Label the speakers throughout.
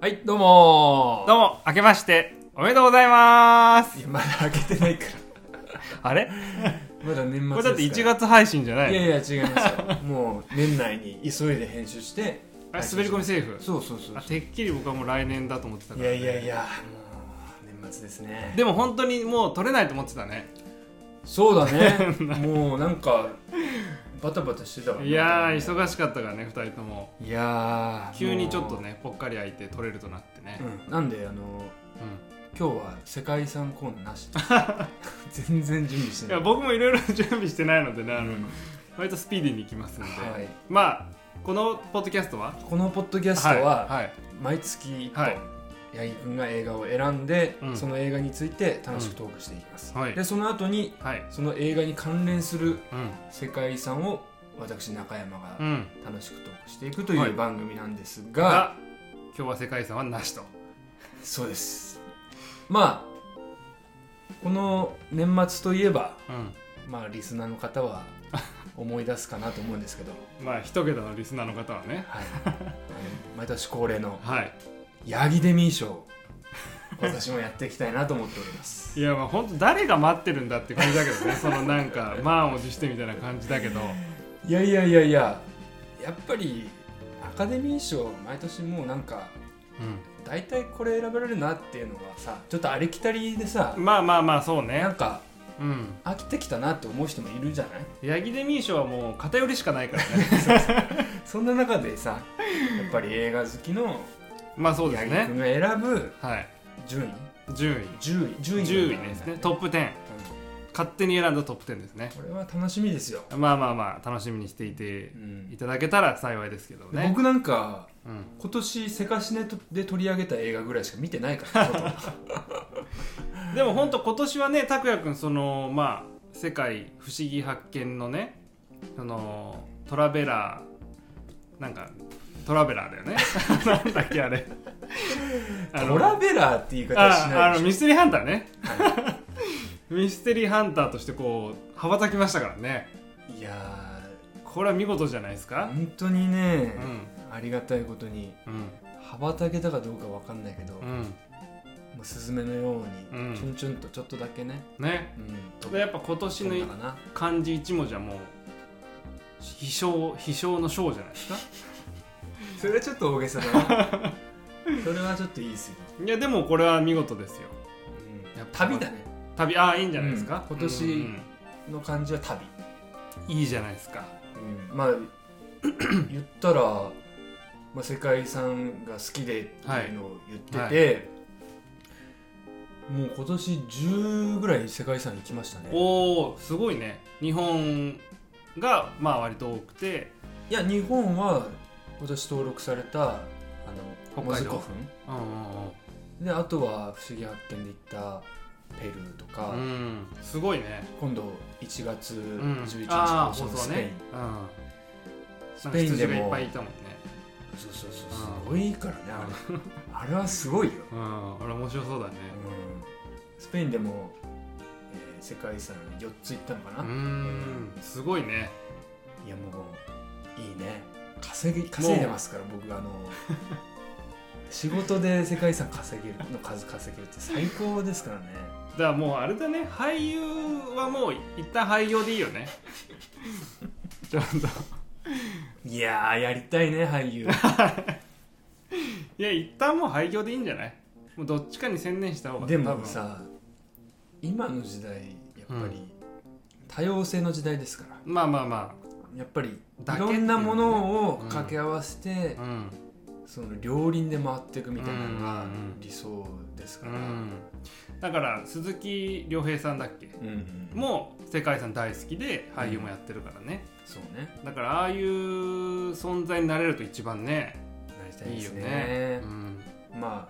Speaker 1: はい、どうもー
Speaker 2: どうも、明けまして、おめでとうございます
Speaker 1: いや、まだ開けてないか
Speaker 2: あれ
Speaker 1: ら。まだ年末ですから。
Speaker 2: これだって1月配信じゃない
Speaker 1: い
Speaker 2: の
Speaker 1: やいや、違いますよ。もう、年内に急いで編集して。
Speaker 2: あれ滑り込みセーフ
Speaker 1: そうそうそう
Speaker 2: あ。てっきり僕はもう来年だと思ってたか
Speaker 1: い
Speaker 2: ら、
Speaker 1: やいやいや、もう、年末ですね。
Speaker 2: でも本当にもう取れないと思ってたね
Speaker 1: そうだね。 もう、なんか、バタバタしてたわ
Speaker 2: いやー
Speaker 1: し
Speaker 2: 忙しかったからね2人とも
Speaker 1: い。いやー
Speaker 2: 急にちょっと。ねぽっかり空いて取れるとなってね
Speaker 1: も、ううん、なんで、あの、
Speaker 2: う
Speaker 1: 今日は世界遺産コーナーな し。全然準備し
Speaker 2: んい
Speaker 1: ない。
Speaker 2: や僕もいろいろ準備してないのでねあの、
Speaker 1: うん
Speaker 2: 割とスピーディーに行きますんで、
Speaker 1: はい
Speaker 2: まあこのポッドキャストは
Speaker 1: このポッドキャストは、
Speaker 2: はいはい
Speaker 1: 毎月
Speaker 2: はい
Speaker 1: 八木君が映画を選んで、
Speaker 2: うん
Speaker 1: その映画について楽しくトークしていきます、
Speaker 2: うんはい
Speaker 1: でその後に
Speaker 2: はい
Speaker 1: その映画に関連する
Speaker 2: うん
Speaker 1: 世界遺産を私中山
Speaker 2: う
Speaker 1: が
Speaker 2: ん
Speaker 1: 楽しくトークしていくとい
Speaker 2: は
Speaker 1: う
Speaker 2: い
Speaker 1: 番組なんですが、
Speaker 2: が今日は世界遺産はなしと
Speaker 1: そうですまあこの年末といえば
Speaker 2: うん
Speaker 1: まあリスナーの方は思い出すかなと思うんですけ ど、
Speaker 2: まあ一桁のリスナーの方はね
Speaker 1: はい、あの毎年恒例の
Speaker 2: はい
Speaker 1: 八木デミー賞 を私もやっていきたいなと思っております
Speaker 2: いやまあ本当誰が待ってるんだって感じだけ どねそのなんか満を持してみたいな感じだけど
Speaker 1: いやいやいやいややっぱりアカデミー賞毎年もうなんか大体これ選ばれるなっていうのがさちょっとありきたりでさ
Speaker 2: まあまあまあそ
Speaker 1: な
Speaker 2: うね
Speaker 1: んか
Speaker 2: うん
Speaker 1: 飽きてきたなって思う人もいるじゃない
Speaker 2: ヤギデミー賞はもう偏りしかないからね
Speaker 1: そんな中でさやっぱり映画好きの
Speaker 2: まあそうです
Speaker 1: 八木
Speaker 2: ね
Speaker 1: 君が選ぶ
Speaker 2: はい
Speaker 1: 順位
Speaker 2: 10
Speaker 1: 10位10
Speaker 2: 位10位ですねトップ10勝手に選んだトップ10ですね
Speaker 1: これは楽しみですよ、
Speaker 2: まあまあまあ楽しみにしていて
Speaker 1: うん
Speaker 2: いただけたら幸いですけど
Speaker 1: で
Speaker 2: ね
Speaker 1: 僕なんか
Speaker 2: うん
Speaker 1: 今年セカシネで取り上げた映画ぐらいしか見てないからほとんど
Speaker 2: でも本当今年はね拓也くんそのまあ「世界不思議発見」のねそのトラベラーなんかトラベラーだよね なんだっけあれ あ
Speaker 1: トラベラーって言い方し
Speaker 2: あ
Speaker 1: ない
Speaker 2: あの
Speaker 1: でしょ
Speaker 2: ミステリーハンターね ミステリーハンターとしてこう羽ばたきましたからね
Speaker 1: いやー
Speaker 2: これは見事じゃないですか
Speaker 1: 本当にね
Speaker 2: う、ん
Speaker 1: ありがたいことに
Speaker 2: うん
Speaker 1: 羽ばたけたかどうかわかんないけど、
Speaker 2: う
Speaker 1: も
Speaker 2: ん
Speaker 1: うスズメのよう
Speaker 2: うん
Speaker 1: にチュンチュンとちょっとだけね、
Speaker 2: ね
Speaker 1: うん、
Speaker 2: でやっぱ今年
Speaker 1: 飛んだ
Speaker 2: の
Speaker 1: かな
Speaker 2: 漢字一文字はもう飛翔飛翔の翔じゃないですか
Speaker 1: それはちょっと大げさだな それはちょっといいすぎ、
Speaker 2: いやでもこれは見事ですよ
Speaker 1: うん
Speaker 2: やっぱ
Speaker 1: 旅だね
Speaker 2: 旅ああいいんじゃないですか、
Speaker 1: うん今年
Speaker 2: うん
Speaker 1: の感じは旅、
Speaker 2: うんいいじゃないですか
Speaker 1: うんまあ 言ったら、まあ、世界遺産が好きでっていうのを言ってて、
Speaker 2: はい
Speaker 1: もう今年10ぐらい世界遺産行きましたね
Speaker 2: おおすごいね日本がまあ割と多くて、
Speaker 1: いや日本は私登録されたあの
Speaker 2: 北海道
Speaker 1: モズ古墳
Speaker 2: うんうん
Speaker 1: であとは「不思議発見」で行ったペルーとか、
Speaker 2: うん、うん、すごいね、
Speaker 1: 今度1月
Speaker 2: うん、
Speaker 1: 11日の
Speaker 2: あー
Speaker 1: そのス
Speaker 2: 放送
Speaker 1: ペイン、
Speaker 2: ね、うん、
Speaker 1: スペインで
Speaker 2: なんか羊がいっ
Speaker 1: も
Speaker 2: ぱいいたもんね
Speaker 1: そうそうそう
Speaker 2: あー
Speaker 1: すごいからね あれあれはすごいよ、
Speaker 2: うん俺面白そうだね
Speaker 1: うんスペインでも、えー世界遺産4つ行ったのかな、
Speaker 2: うーんすごいね
Speaker 1: いやもういいね稼ぎ稼いでますから僕あ の仕事で世界遺産稼げるの数稼げるって最高ですからね
Speaker 2: だからもうあれだね俳優はもう一旦俳優でいいよねちょっと
Speaker 1: いやーやりたいね俳 優
Speaker 2: いや一旦もう廃業でいいんじゃないもうどっちかに専念した方が
Speaker 1: で
Speaker 2: 多
Speaker 1: も
Speaker 2: 分
Speaker 1: さ今の時代やっぱり、
Speaker 2: うん
Speaker 1: 多様性の時代ですから
Speaker 2: まあまあま
Speaker 1: やっぱり
Speaker 2: だ
Speaker 1: い
Speaker 2: けっ
Speaker 1: ろ
Speaker 2: ていうね
Speaker 1: んなものを掛け合わせて
Speaker 2: あ、うん
Speaker 1: その両輪で回っていくみたいなのが
Speaker 2: うんうんうん
Speaker 1: 理想です
Speaker 2: う
Speaker 1: から、
Speaker 2: ん、だから鈴木亮平さんだっけ
Speaker 1: うんうん
Speaker 2: もう世界遺産大好きで俳優もやってるからね、
Speaker 1: そうね
Speaker 2: だからああいう存在になれると一番ね
Speaker 1: なりたい
Speaker 2: い
Speaker 1: で
Speaker 2: い
Speaker 1: す
Speaker 2: よ
Speaker 1: ね
Speaker 2: ねうん、
Speaker 1: ま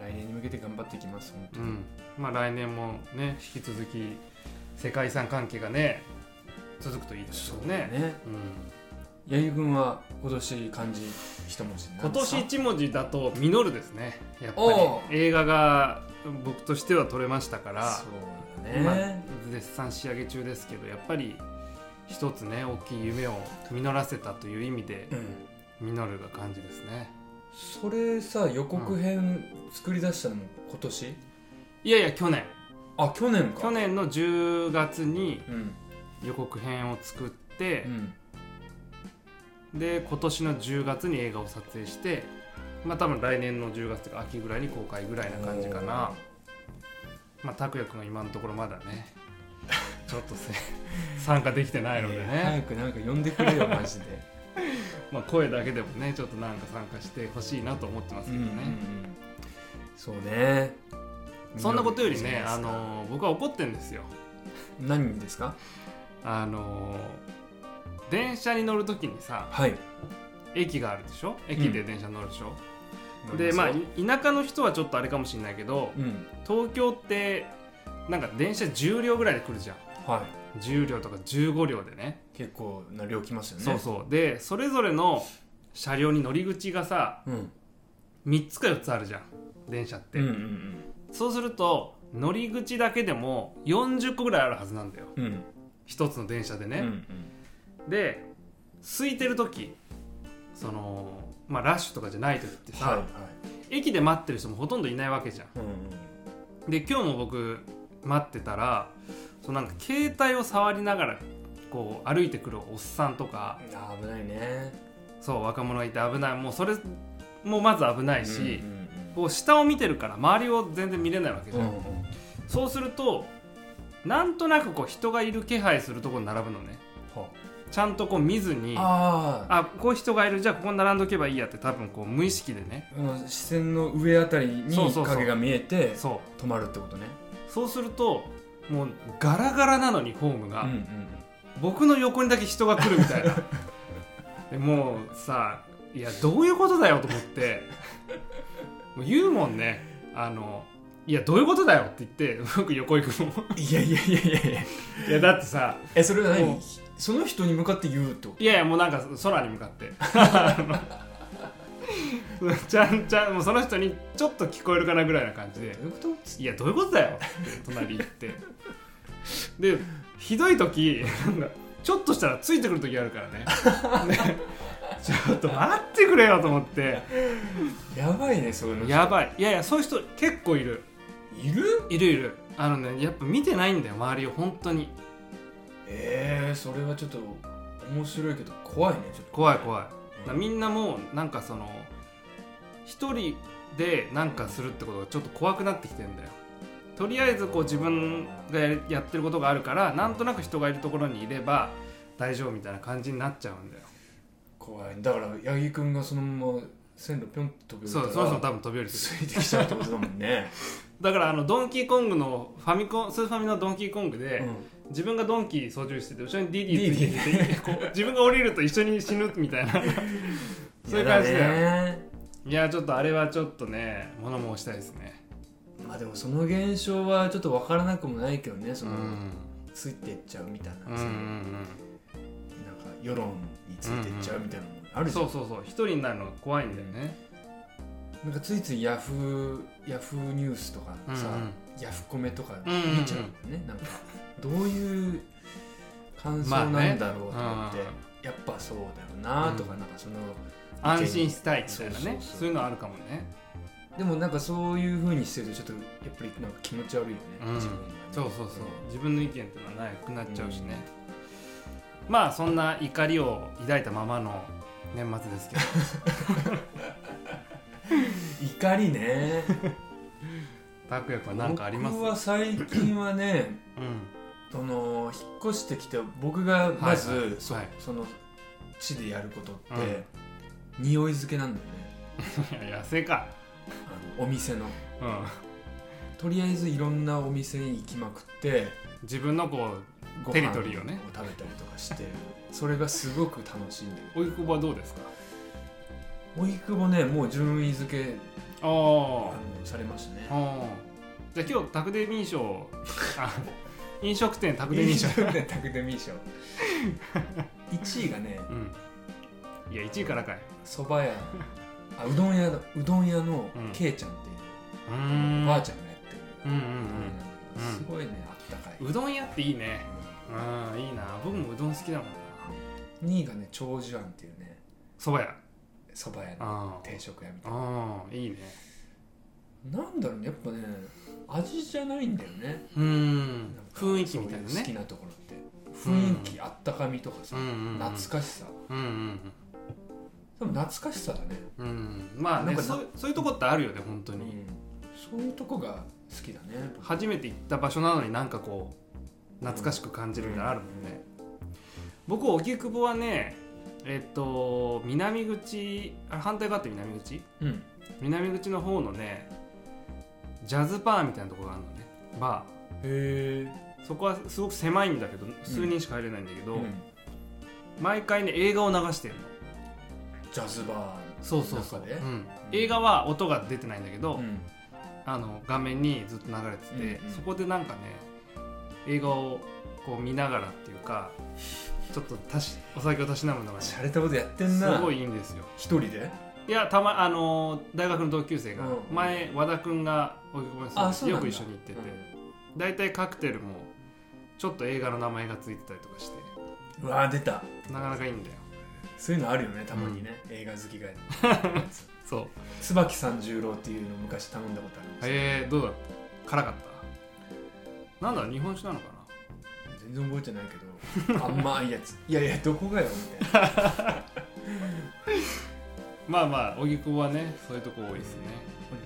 Speaker 1: あ来年に向けて頑張っていきます本当
Speaker 2: う
Speaker 1: に、
Speaker 2: ん、まあ来年もね引き続き世界遺産関係がね続くといいですよ
Speaker 1: そう
Speaker 2: ね
Speaker 1: ね
Speaker 2: うん、
Speaker 1: 八木君は今年漢字一文字
Speaker 2: 今
Speaker 1: 何です
Speaker 2: 年
Speaker 1: か
Speaker 2: 一文字だと「実る」ですねやっぱ
Speaker 1: おう
Speaker 2: り映画が僕としては撮れましたから
Speaker 1: そうだ
Speaker 2: 今
Speaker 1: ね、
Speaker 2: 絶賛仕上げ中ですけどやっぱり一つね大きい夢を実らせたという意味で
Speaker 1: うん
Speaker 2: 「実実るが感じですね
Speaker 1: それさ予告編作り出したのも今年、
Speaker 2: いやいや去年
Speaker 1: あ去年か
Speaker 2: 去年の10月に
Speaker 1: うん
Speaker 2: 予告編を作って
Speaker 1: う、ん
Speaker 2: で今年の10月に映画を撮影してまあ多分来年の10月とか秋ぐらいに公開ぐらいな感じかなまあ拓哉君が今のところまだね ちょっとせ参加できてないのでね、
Speaker 1: えー早くなんか呼んでくれ よマジで
Speaker 2: まあ、声だけでもねちょっとなんか参加してほしいなと思ってますけどね、
Speaker 1: そうね
Speaker 2: そんなことより
Speaker 1: 見
Speaker 2: ね
Speaker 1: るべきじ
Speaker 2: あ
Speaker 1: ゃない
Speaker 2: の僕は怒ってんですよ
Speaker 1: ですか何ですか
Speaker 2: あの電車に乗るときにさ
Speaker 1: はい
Speaker 2: 駅があるでしょ駅で電車に乗るでしょ、
Speaker 1: 乗り
Speaker 2: でまあ
Speaker 1: すよ
Speaker 2: い田舎の人はちょっとあれかもしれないけど
Speaker 1: うん
Speaker 2: 東京ってなんか電車10両ぐらいで来るじゃん
Speaker 1: は
Speaker 2: 10両とか15両でね
Speaker 1: い結構な量きますよね
Speaker 2: そうそうでそれぞれの車両に乗り口がさ
Speaker 1: うん
Speaker 2: 3つか4つあるじゃん電車って、
Speaker 1: うんうん
Speaker 2: そうすると乗り口だけでも40個ぐらいあるはずなんだよ
Speaker 1: うんうん
Speaker 2: 一つの電車で
Speaker 1: うんう
Speaker 2: ね、
Speaker 1: ん
Speaker 2: で空いてる時そのまあラッシュとかじゃない時ってさ、
Speaker 1: はいはい
Speaker 2: 駅で待ってる人もほとんどいないわけじゃ
Speaker 1: うんうん
Speaker 2: んで今日も僕待ってたらそのなんか携帯を触りながらこう歩いてくるおっさんとか
Speaker 1: あー危ないね
Speaker 2: そう若者がいて危ないもうそれもまず危ないし、
Speaker 1: うん
Speaker 2: こう下を見てるから周りを全然見れないわけじ
Speaker 1: う
Speaker 2: ゃ
Speaker 1: ん
Speaker 2: ん、
Speaker 1: うんうんうん
Speaker 2: そうするとなんとなくこう人がいる気配するところに並ぶのね
Speaker 1: は
Speaker 2: ちゃんとこう見ずにあ
Speaker 1: ああ
Speaker 2: こう人がいるじゃあここに並んどけばいいやって多分こう無意識でね
Speaker 1: あの視線の上あたりに
Speaker 2: そうそうそう
Speaker 1: 影が見えて
Speaker 2: そ
Speaker 1: 止まるってことね
Speaker 2: うそうするともうガラガラなのにホームが、
Speaker 1: うんうん
Speaker 2: 僕の横にだけ人が来るみたい なでもうさいやどういうことだよと思ってもう言うもんねあのいやどういうことだよって言って僕横行くもん
Speaker 1: うんいやいやいやいやいや
Speaker 2: いやだってさ
Speaker 1: えそれは
Speaker 2: もう
Speaker 1: 何その人に向かって言うってこ
Speaker 2: いやいやもうなんか空に向かって あのちゃんちゃんもうその人にちょっと聞こえるかなぐらいな感じで
Speaker 1: とどういうこと
Speaker 2: 「いやどういうことだよ」 って隣行ってでひどい時なんかちょっとしたらついてくる時あるからねねちょっと待ってくれよと思って
Speaker 1: やばいねそういうの
Speaker 2: やばいいやいやそういう人結構いる
Speaker 1: いる
Speaker 2: いるいるあのねやっぱ見てないんだよ周りを本当に
Speaker 1: えー、それはちょっと面白いけど怖いねちょっと
Speaker 2: 怖い怖いだから
Speaker 1: うん
Speaker 2: みんなもうなんかその一人でなんかするってことがちょっと怖くなってきてんだよとりあえずこう自分がややってることがあるからなんとなく人がいるところにいれば大丈夫みたいな感じになっちゃうんだよ
Speaker 1: 怖いだから八木君がそのまま線路ぴょんって飛び降
Speaker 2: そ
Speaker 1: り
Speaker 2: う
Speaker 1: た
Speaker 2: そもそも
Speaker 1: ら
Speaker 2: 多分飛び降りす
Speaker 1: つ
Speaker 2: る
Speaker 1: いてきちゃうってことだもん ね、
Speaker 2: だからあのドンキーコングのファミコンスーファミのドンキーコング
Speaker 1: う
Speaker 2: で、
Speaker 1: ん、
Speaker 2: 自分がドンキー操縦してて後ろにディディついてきてこう自分が降りると一緒に死ぬみたいなそういう感じだよ
Speaker 1: やだね
Speaker 2: いやちょっとあれはちょっとね物申したいですね
Speaker 1: まあでもその現象はちょっと分からなくもないけどねその、
Speaker 2: うん
Speaker 1: ついてっちゃうみたいな、
Speaker 2: うんう
Speaker 1: そ
Speaker 2: ん
Speaker 1: のなんか世論についてっちゃうみたいなのもあ
Speaker 2: う
Speaker 1: る
Speaker 2: ん、
Speaker 1: じゃん、
Speaker 2: そうそうそう一人になるのが怖いんだよね、
Speaker 1: なんかついついヤフーヤフーニュースとかさ、ヤフコメとか見ちゃうんだよね、なんかどういう感想なんだろうと思って、
Speaker 2: まあね
Speaker 1: やっぱそうだよなとか、
Speaker 2: う
Speaker 1: なんかその
Speaker 2: 安心したいみたいなね
Speaker 1: そう
Speaker 2: そ
Speaker 1: そ
Speaker 2: う
Speaker 1: うそう
Speaker 2: いうのあるかもね
Speaker 1: でもなんかそういうふうにしてるとちょっとやっぱりなんか気持ち悪いよね、
Speaker 2: うん
Speaker 1: 自分がね
Speaker 2: そうそうそう、自分の意見っていうのはなくなっちゃうしね、まあそんな怒りを抱いたままの年 末ですけど
Speaker 1: 怒りね
Speaker 2: 拓也君は何かあります
Speaker 1: 僕は最近はね
Speaker 2: うん
Speaker 1: その引っ越してきて僕がまず、
Speaker 2: はいはい
Speaker 1: そ
Speaker 2: はい
Speaker 1: その地でやることって、匂い付けなんだよね
Speaker 2: いや野生か
Speaker 1: あのお店の
Speaker 2: うん
Speaker 1: とりあえずいろんなお店に行きまくって
Speaker 2: 自分のこ
Speaker 1: ご飯
Speaker 2: テリトリーをね
Speaker 1: 食べたりとかしてそれがすごく楽しいんだよ
Speaker 2: うおいこぼはどうですか
Speaker 1: おいくもねもう順位付け
Speaker 2: あ
Speaker 1: あ
Speaker 2: あ
Speaker 1: のされましたね
Speaker 2: あじゃあ今日宅デミー賞あ飲食店宅デミー賞
Speaker 1: 賞 ねタクデミー賞1位がね
Speaker 2: うんいや1位からかい
Speaker 1: そば屋あうどん屋だうどん屋の
Speaker 2: うん
Speaker 1: けいちゃんっていうう、おばあちゃ
Speaker 2: ん
Speaker 1: んがやってる
Speaker 2: うんう
Speaker 1: う
Speaker 2: ん
Speaker 1: どん屋なんだけど
Speaker 2: うん
Speaker 1: すごいねあったかい、
Speaker 2: うんうどん屋っていいねうんいいな僕もうどん好きだもんな
Speaker 1: 2位がね長寿庵っていうね
Speaker 2: そば屋
Speaker 1: そば屋の
Speaker 2: あ
Speaker 1: 定食屋みたい
Speaker 2: あいいね
Speaker 1: ななんだろうねやっぱね味じゃないんだよね
Speaker 2: うん
Speaker 1: なんか
Speaker 2: 雰囲気みたいな
Speaker 1: そうう好き
Speaker 2: ね
Speaker 1: なところって雰囲気あったかみとかさ、
Speaker 2: うんうんうん
Speaker 1: 懐かしさ
Speaker 2: うんうん
Speaker 1: 多分懐かしさだね、
Speaker 2: うんうんまあ
Speaker 1: なん
Speaker 2: ね
Speaker 1: かな
Speaker 2: そうそういうとこってあるよね本当
Speaker 1: う
Speaker 2: に、
Speaker 1: ん、そういうとこが好きだね
Speaker 2: 初めて行った場所なのになんかこう懐かしく感じるみたいなのあるもんね、僕荻窪はねえっと南口あ反対側って南口
Speaker 1: うん
Speaker 2: 南口の方のねジャズバーみたいなところがあるのねバ
Speaker 1: へえ
Speaker 2: ーそこはすごく狭いんだけど数人しか入れないんだけど、
Speaker 1: うん
Speaker 2: 毎回ね映画を流してるの
Speaker 1: ジャズバー
Speaker 2: そうそうそう、
Speaker 1: 中で
Speaker 2: うん映画は音が出てないんだけど、
Speaker 1: うん
Speaker 2: あの画面にずっと流れてて、
Speaker 1: うんうん
Speaker 2: そこでなんかね映画をこう見ながらっていうかちょっとたしお酒をたし なむのがね
Speaker 1: 洒落たことやってん
Speaker 2: す
Speaker 1: な
Speaker 2: ごいいいんですよ
Speaker 1: 一人で
Speaker 2: いやたまあの大学の同級生が、
Speaker 1: うん
Speaker 2: 前和田君が荻窪に住んでてよく一緒に行ってて、大体カクテルもちょっと映画の名前がついてたりとかして
Speaker 1: うんうわー出た
Speaker 2: なかなかいいんだよ
Speaker 1: そういうのあるよねたまにね、映画好きが
Speaker 2: そう
Speaker 1: 椿三十郎っていうのを昔頼んだことあるんですよ
Speaker 2: えー、どうだった辛かったなんだ日本酒なのかな
Speaker 1: 全然覚えてないけど甘いやついやいやどこがよみたいな
Speaker 2: まあまあ荻窪はねそういうとこ多いですね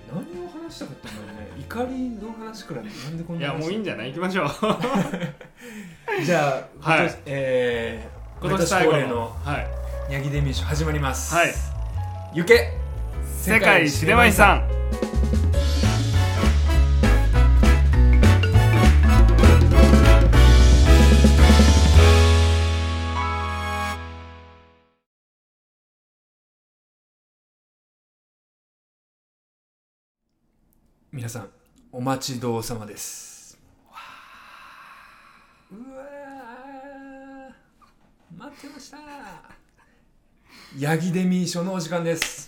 Speaker 1: これ何を話したかったんだろうね怒りの話くらいなんでこん
Speaker 2: い
Speaker 1: な
Speaker 2: や
Speaker 1: 話
Speaker 2: もういいんじゃない行きましょう
Speaker 1: じゃあ、
Speaker 2: はい
Speaker 1: 今年えー、
Speaker 2: 今年最後
Speaker 1: 毎年恒例
Speaker 2: の
Speaker 1: の
Speaker 2: はい、
Speaker 1: ヤギデミー賞始まります。
Speaker 2: はい。
Speaker 1: 行け
Speaker 2: 世界シネマ遺産
Speaker 1: 皆さん、お待ちどうさまです。うわー待ってましたヤギデミー賞のお時間です。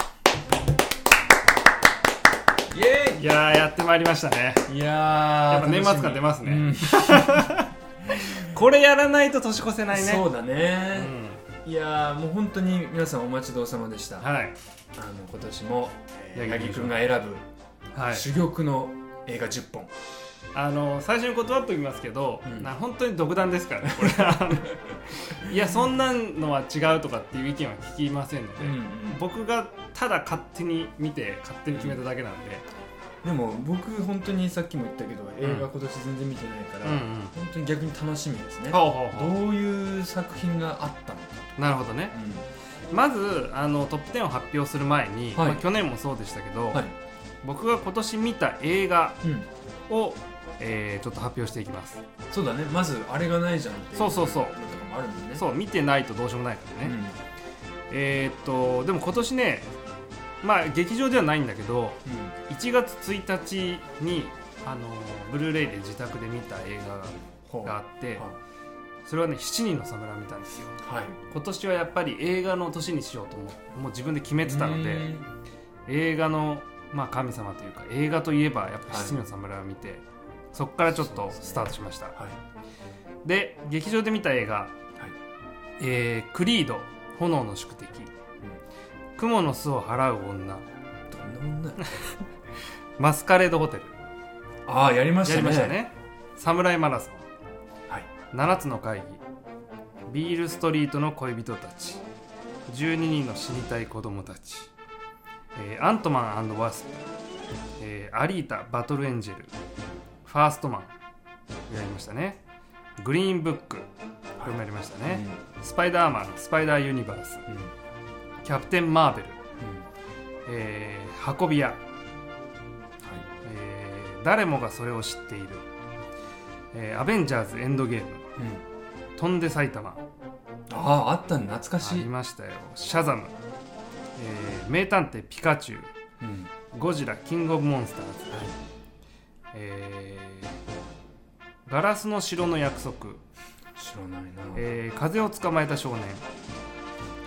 Speaker 1: イエ
Speaker 2: いやーやってまいりましたね
Speaker 1: ーイいやー
Speaker 2: やっぱ年末感出ますねこれやらないと年越せないね
Speaker 1: そうだね
Speaker 2: う、ん
Speaker 1: いやーもう本当に皆さんお待ちどうさまでした、
Speaker 2: はい
Speaker 1: あの今年もえー八
Speaker 2: 八木
Speaker 1: 木
Speaker 2: 君
Speaker 1: 君が選ぶ
Speaker 2: はい
Speaker 1: 珠玉の映画10本、
Speaker 2: あの最初に断っておきますけど、
Speaker 1: うん
Speaker 2: な本当に独断ですからねこれあ のいやそんなのは違うとかっていう意見は聞きませんので、僕がただ勝手に見て勝手に決めただけなんで、
Speaker 1: でも僕本当にさっきも言ったけど
Speaker 2: ん
Speaker 1: 映画今年全然見てないから、
Speaker 2: うん
Speaker 1: 本当に逆に楽しみですね
Speaker 2: ほうほうほ
Speaker 1: どういう作品があったのか
Speaker 2: うなるほどねまずあのトップ10を発表する前に、
Speaker 1: はい
Speaker 2: まあ去年もそうでしたけど、
Speaker 1: と、はい、
Speaker 2: 僕が今年見た映画
Speaker 1: うん、
Speaker 2: を、えーちょっと発表していきます
Speaker 1: そうだねまずあれがないじゃんってい
Speaker 2: そうそうそう
Speaker 1: のとかもあるもんね
Speaker 2: そう見てないとどうしようもないからね、えーっとでも今年ねまあ劇場ではないんだけど
Speaker 1: うんうん
Speaker 2: 1月1日にあのブルーレイで自宅で見た映
Speaker 1: ほ
Speaker 2: 画
Speaker 1: う
Speaker 2: があってそれはね「七人の侍」見たんですよ
Speaker 1: はい
Speaker 2: 今年はやっぱり映画の年にしようと思うもう自分で決めてたの
Speaker 1: う
Speaker 2: で
Speaker 1: ん
Speaker 2: 映画の、まあ、神様というか映画といえばやっぱ「七人の侍」を見て、そっからちょっとスタートしました
Speaker 1: はい
Speaker 2: で劇場で見た映画「
Speaker 1: はい
Speaker 2: えークリード炎の宿敵」雲の巣を払う女」
Speaker 1: どんなもんだよ
Speaker 2: 「マスカレードホテル」
Speaker 1: ああやりまし
Speaker 2: や
Speaker 1: た
Speaker 2: り
Speaker 1: ね
Speaker 2: ましたね「侍マラソン」
Speaker 1: はい
Speaker 2: 7つの会議ビールストリートの恋人たち12人の死にたい子供たち、えーアントマンワスプ、えーアリータバトルエンジェルファーストマンやりましたねグリーンブックこれもやりましたね、スパイダーマンスパイダーユニバース
Speaker 1: うんうん
Speaker 2: キャプテン・マーベル、
Speaker 1: うん
Speaker 2: えー運び屋、えー誰もがそれを知っている、えーアベンジャーズエンドゲーム
Speaker 1: はいうん
Speaker 2: 飛んで埼玉
Speaker 1: あああったね懐か
Speaker 2: あ
Speaker 1: しい
Speaker 2: り、ましたよシャザム、えー名探偵ピカチュウ
Speaker 1: うん
Speaker 2: ゴジラキングオブモンスターズ、えーガラスの城の約束、
Speaker 1: 知らないな、
Speaker 2: えー風を捕まえた少年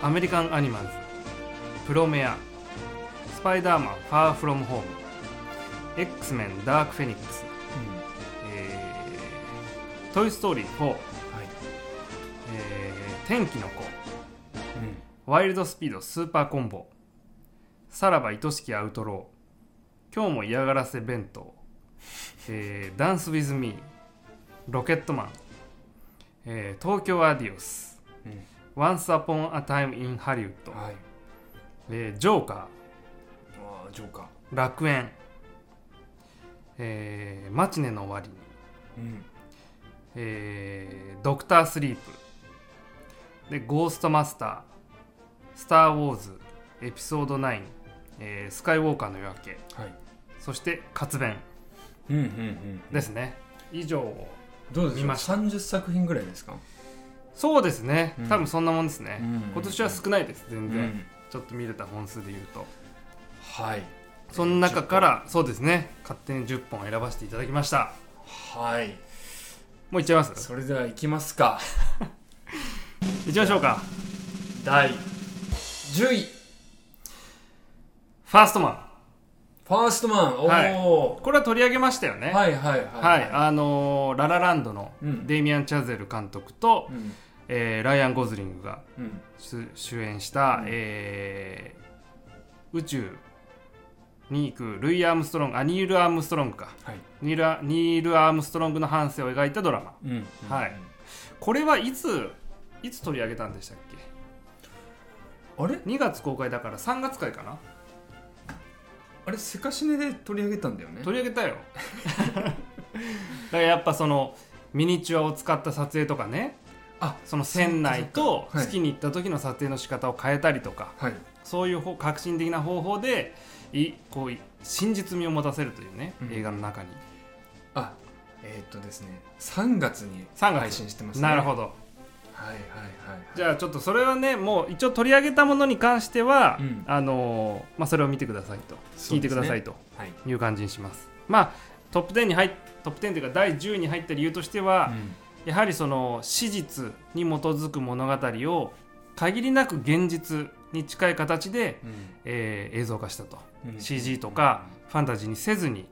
Speaker 2: アメリカンアニマルズプロメアスパイダーマンファーフロムホーム X メンダークフェニックス、
Speaker 1: うん
Speaker 2: えートイ・ストーリー4、
Speaker 1: はい
Speaker 2: えー天気の
Speaker 1: うん
Speaker 2: 子ワイルドスピードスーパーコンボ、さらば愛しきアウトロー今日も嫌がらせ弁当、えー、ダンス・ウィズ・ミーロケットマン、えー、東京アディオス、Once Upon a Time in Hollywood、
Speaker 1: はい
Speaker 2: えージョーカ
Speaker 1: あージョーカー
Speaker 2: ー楽園、えーマチネの終わりに
Speaker 1: うん
Speaker 2: えードクタースリープでゴーストマスタースター・ウォーズエピソード9、えースカイウォーカーの夜明け
Speaker 1: はい
Speaker 2: そして活弁
Speaker 1: うんうんうん
Speaker 2: ですね、以上
Speaker 1: どうで
Speaker 2: 見
Speaker 1: しょう
Speaker 2: まし
Speaker 1: 30作品ぐらいですか、
Speaker 2: そうですね
Speaker 1: うん
Speaker 2: 多分そんなもんですね、今年は
Speaker 1: な
Speaker 2: 少ないです全然、
Speaker 1: うん
Speaker 2: ちょっと見れた本数で言うと
Speaker 1: はい
Speaker 2: その中からそうですね勝手に10本選ばせていただきました
Speaker 1: はい
Speaker 2: もういっちゃいます
Speaker 1: それでは行きますか
Speaker 2: いっちゃいましょうか
Speaker 1: 第10位
Speaker 2: ファーストマ
Speaker 1: ファーストマンおお、
Speaker 2: はいンこれは取り上げましたよね
Speaker 1: はい、はいはい
Speaker 2: はい、あのーララランドの
Speaker 1: うん
Speaker 2: デイミアン・チャゼル監督と、
Speaker 1: うん
Speaker 2: えーライアン・ゴズリングが
Speaker 1: うん
Speaker 2: 主主演した、
Speaker 1: うん
Speaker 2: えー宇宙に行くルイ・アームストロングあニール・アームストロングか
Speaker 1: はい
Speaker 2: ニールア・ニールアームストロングの半生を描いたドラマ
Speaker 1: うんうん
Speaker 2: はいこれはいついつ取り上げたんでしたっけ
Speaker 1: あれ
Speaker 2: 2月公開だから3月回かな
Speaker 1: あれセカシネで取り上げたんだよね
Speaker 2: 取り上げた よだからやっぱそのミニチュアを使った撮影とかね
Speaker 1: あ
Speaker 2: その船内と
Speaker 1: そっかそっかはい
Speaker 2: 月に行った時の撮影の仕方を変えたりとか、
Speaker 1: はい
Speaker 2: そういう方革新的な方法でいこうい真実味を持たせるというね、
Speaker 1: うん
Speaker 2: 映画の中に
Speaker 1: あえーっとですね3月に
Speaker 2: 3月
Speaker 1: 配信してますね
Speaker 2: な
Speaker 1: ど
Speaker 2: るほど
Speaker 1: はいはいはいはい
Speaker 2: じゃあちょっとそれはねもう一応取り上げたものに関しては、
Speaker 1: うん
Speaker 2: あのーまあ、それを見てくださいと、
Speaker 1: そう
Speaker 2: 聞い
Speaker 1: です
Speaker 2: てく
Speaker 1: ね
Speaker 2: ださいと
Speaker 1: はい
Speaker 2: いう感じにしますまあトップ10に入っトップ10というか第10位に入った理由としては、やはりその史実に基づく物語を限りなく現実に近い形で、
Speaker 1: うん
Speaker 2: えー映像化したと
Speaker 1: うん
Speaker 2: CG とかファンタジーにせずに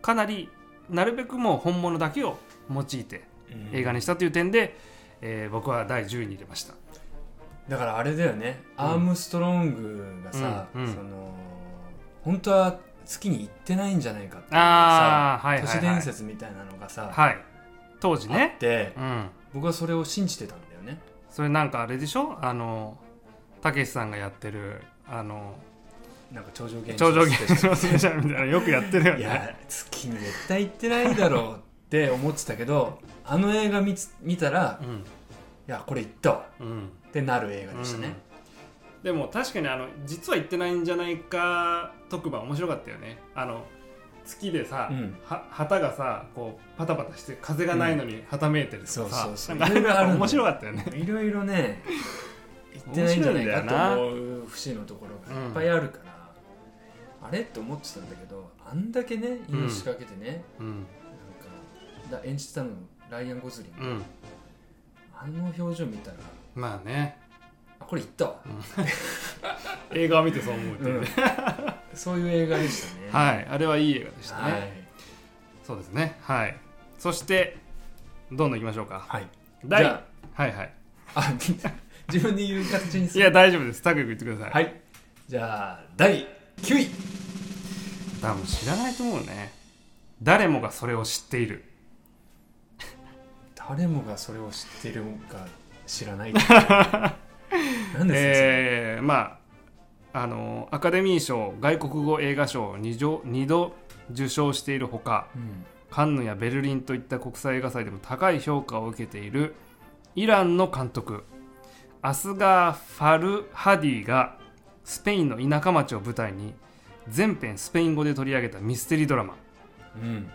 Speaker 2: かなりなるべくもう本物だけを用いて
Speaker 1: うん
Speaker 2: 映画にしたという点で、えー僕は第10位に入れました
Speaker 1: だからあれだよね、
Speaker 2: うん
Speaker 1: アームストロングがさ、
Speaker 2: うんうん
Speaker 1: その本当は月に行ってないんじゃないかって
Speaker 2: ああはい
Speaker 1: 都
Speaker 2: は
Speaker 1: 市
Speaker 2: い、は
Speaker 1: 伝
Speaker 2: い
Speaker 1: 説みたいなのがさ、
Speaker 2: はい、当時
Speaker 1: あっ
Speaker 2: ね
Speaker 1: て
Speaker 2: うん
Speaker 1: 僕はそれを信じてたんだよね
Speaker 2: それなんかあれでしょあのたけしさんがやってるあの
Speaker 1: なんか超常現象
Speaker 2: 頂上現象スペシャルみたいなのよくやってるよ
Speaker 1: い
Speaker 2: ね
Speaker 1: や月に絶対行ってないだろうって思ってたけどあの映画見つ見たら
Speaker 2: うん
Speaker 1: いやこれ行ったわ
Speaker 2: うん
Speaker 1: ってなる映画でしたね、
Speaker 2: うんでも確かにあの実は行ってないんじゃないか特番面白かったよねあの月でさ、
Speaker 1: うん
Speaker 2: は旗がさこうパタパタして風がないのにはためいてるとか
Speaker 1: そ
Speaker 2: さ、
Speaker 1: うそうそう
Speaker 2: なんか
Speaker 1: いろいろあるのよ
Speaker 2: 面白かったよね
Speaker 1: いろいろね行ってないんじゃない
Speaker 2: 面白いんだ
Speaker 1: か
Speaker 2: よ
Speaker 1: と
Speaker 2: な
Speaker 1: 思う節のところがいっぱいあるから、あれって思ってたんだけどあんだけね
Speaker 2: うん
Speaker 1: 命仕掛けてね、
Speaker 2: うん
Speaker 1: なんかだ演じてたのライアン・ゴズリング、
Speaker 2: うん
Speaker 1: あの表情見たら
Speaker 2: まあね
Speaker 1: あこれ行ったわ、
Speaker 2: 映画を見てそう思うっていうね、
Speaker 1: そういう映画でしたね
Speaker 2: はいあれはいい映画でした
Speaker 1: は
Speaker 2: ね、
Speaker 1: い
Speaker 2: そうですねはいそしてどんどんいきましょうか
Speaker 1: はい
Speaker 2: 第
Speaker 1: じゃ
Speaker 2: はいはい
Speaker 1: ああ自分で言う形にす
Speaker 2: い
Speaker 1: る
Speaker 2: や大丈夫ですタク言ってください、
Speaker 1: はいじゃあ第9位
Speaker 2: 多分知らないと思うね誰もがそれを知っている
Speaker 1: 誰もがそれを知ってるか知らない 何ですか、
Speaker 2: えーまああのアカデミー賞外国語映画賞を 2, 2度受賞しているほか
Speaker 1: それうん
Speaker 2: カンヌやベルリンといった国際映画祭でも高い評価を受けているイランの監督アスガー・ファルハディがスペインの田舎町を舞台に全編スペイン語で取り上げたミステリードラマ
Speaker 1: うん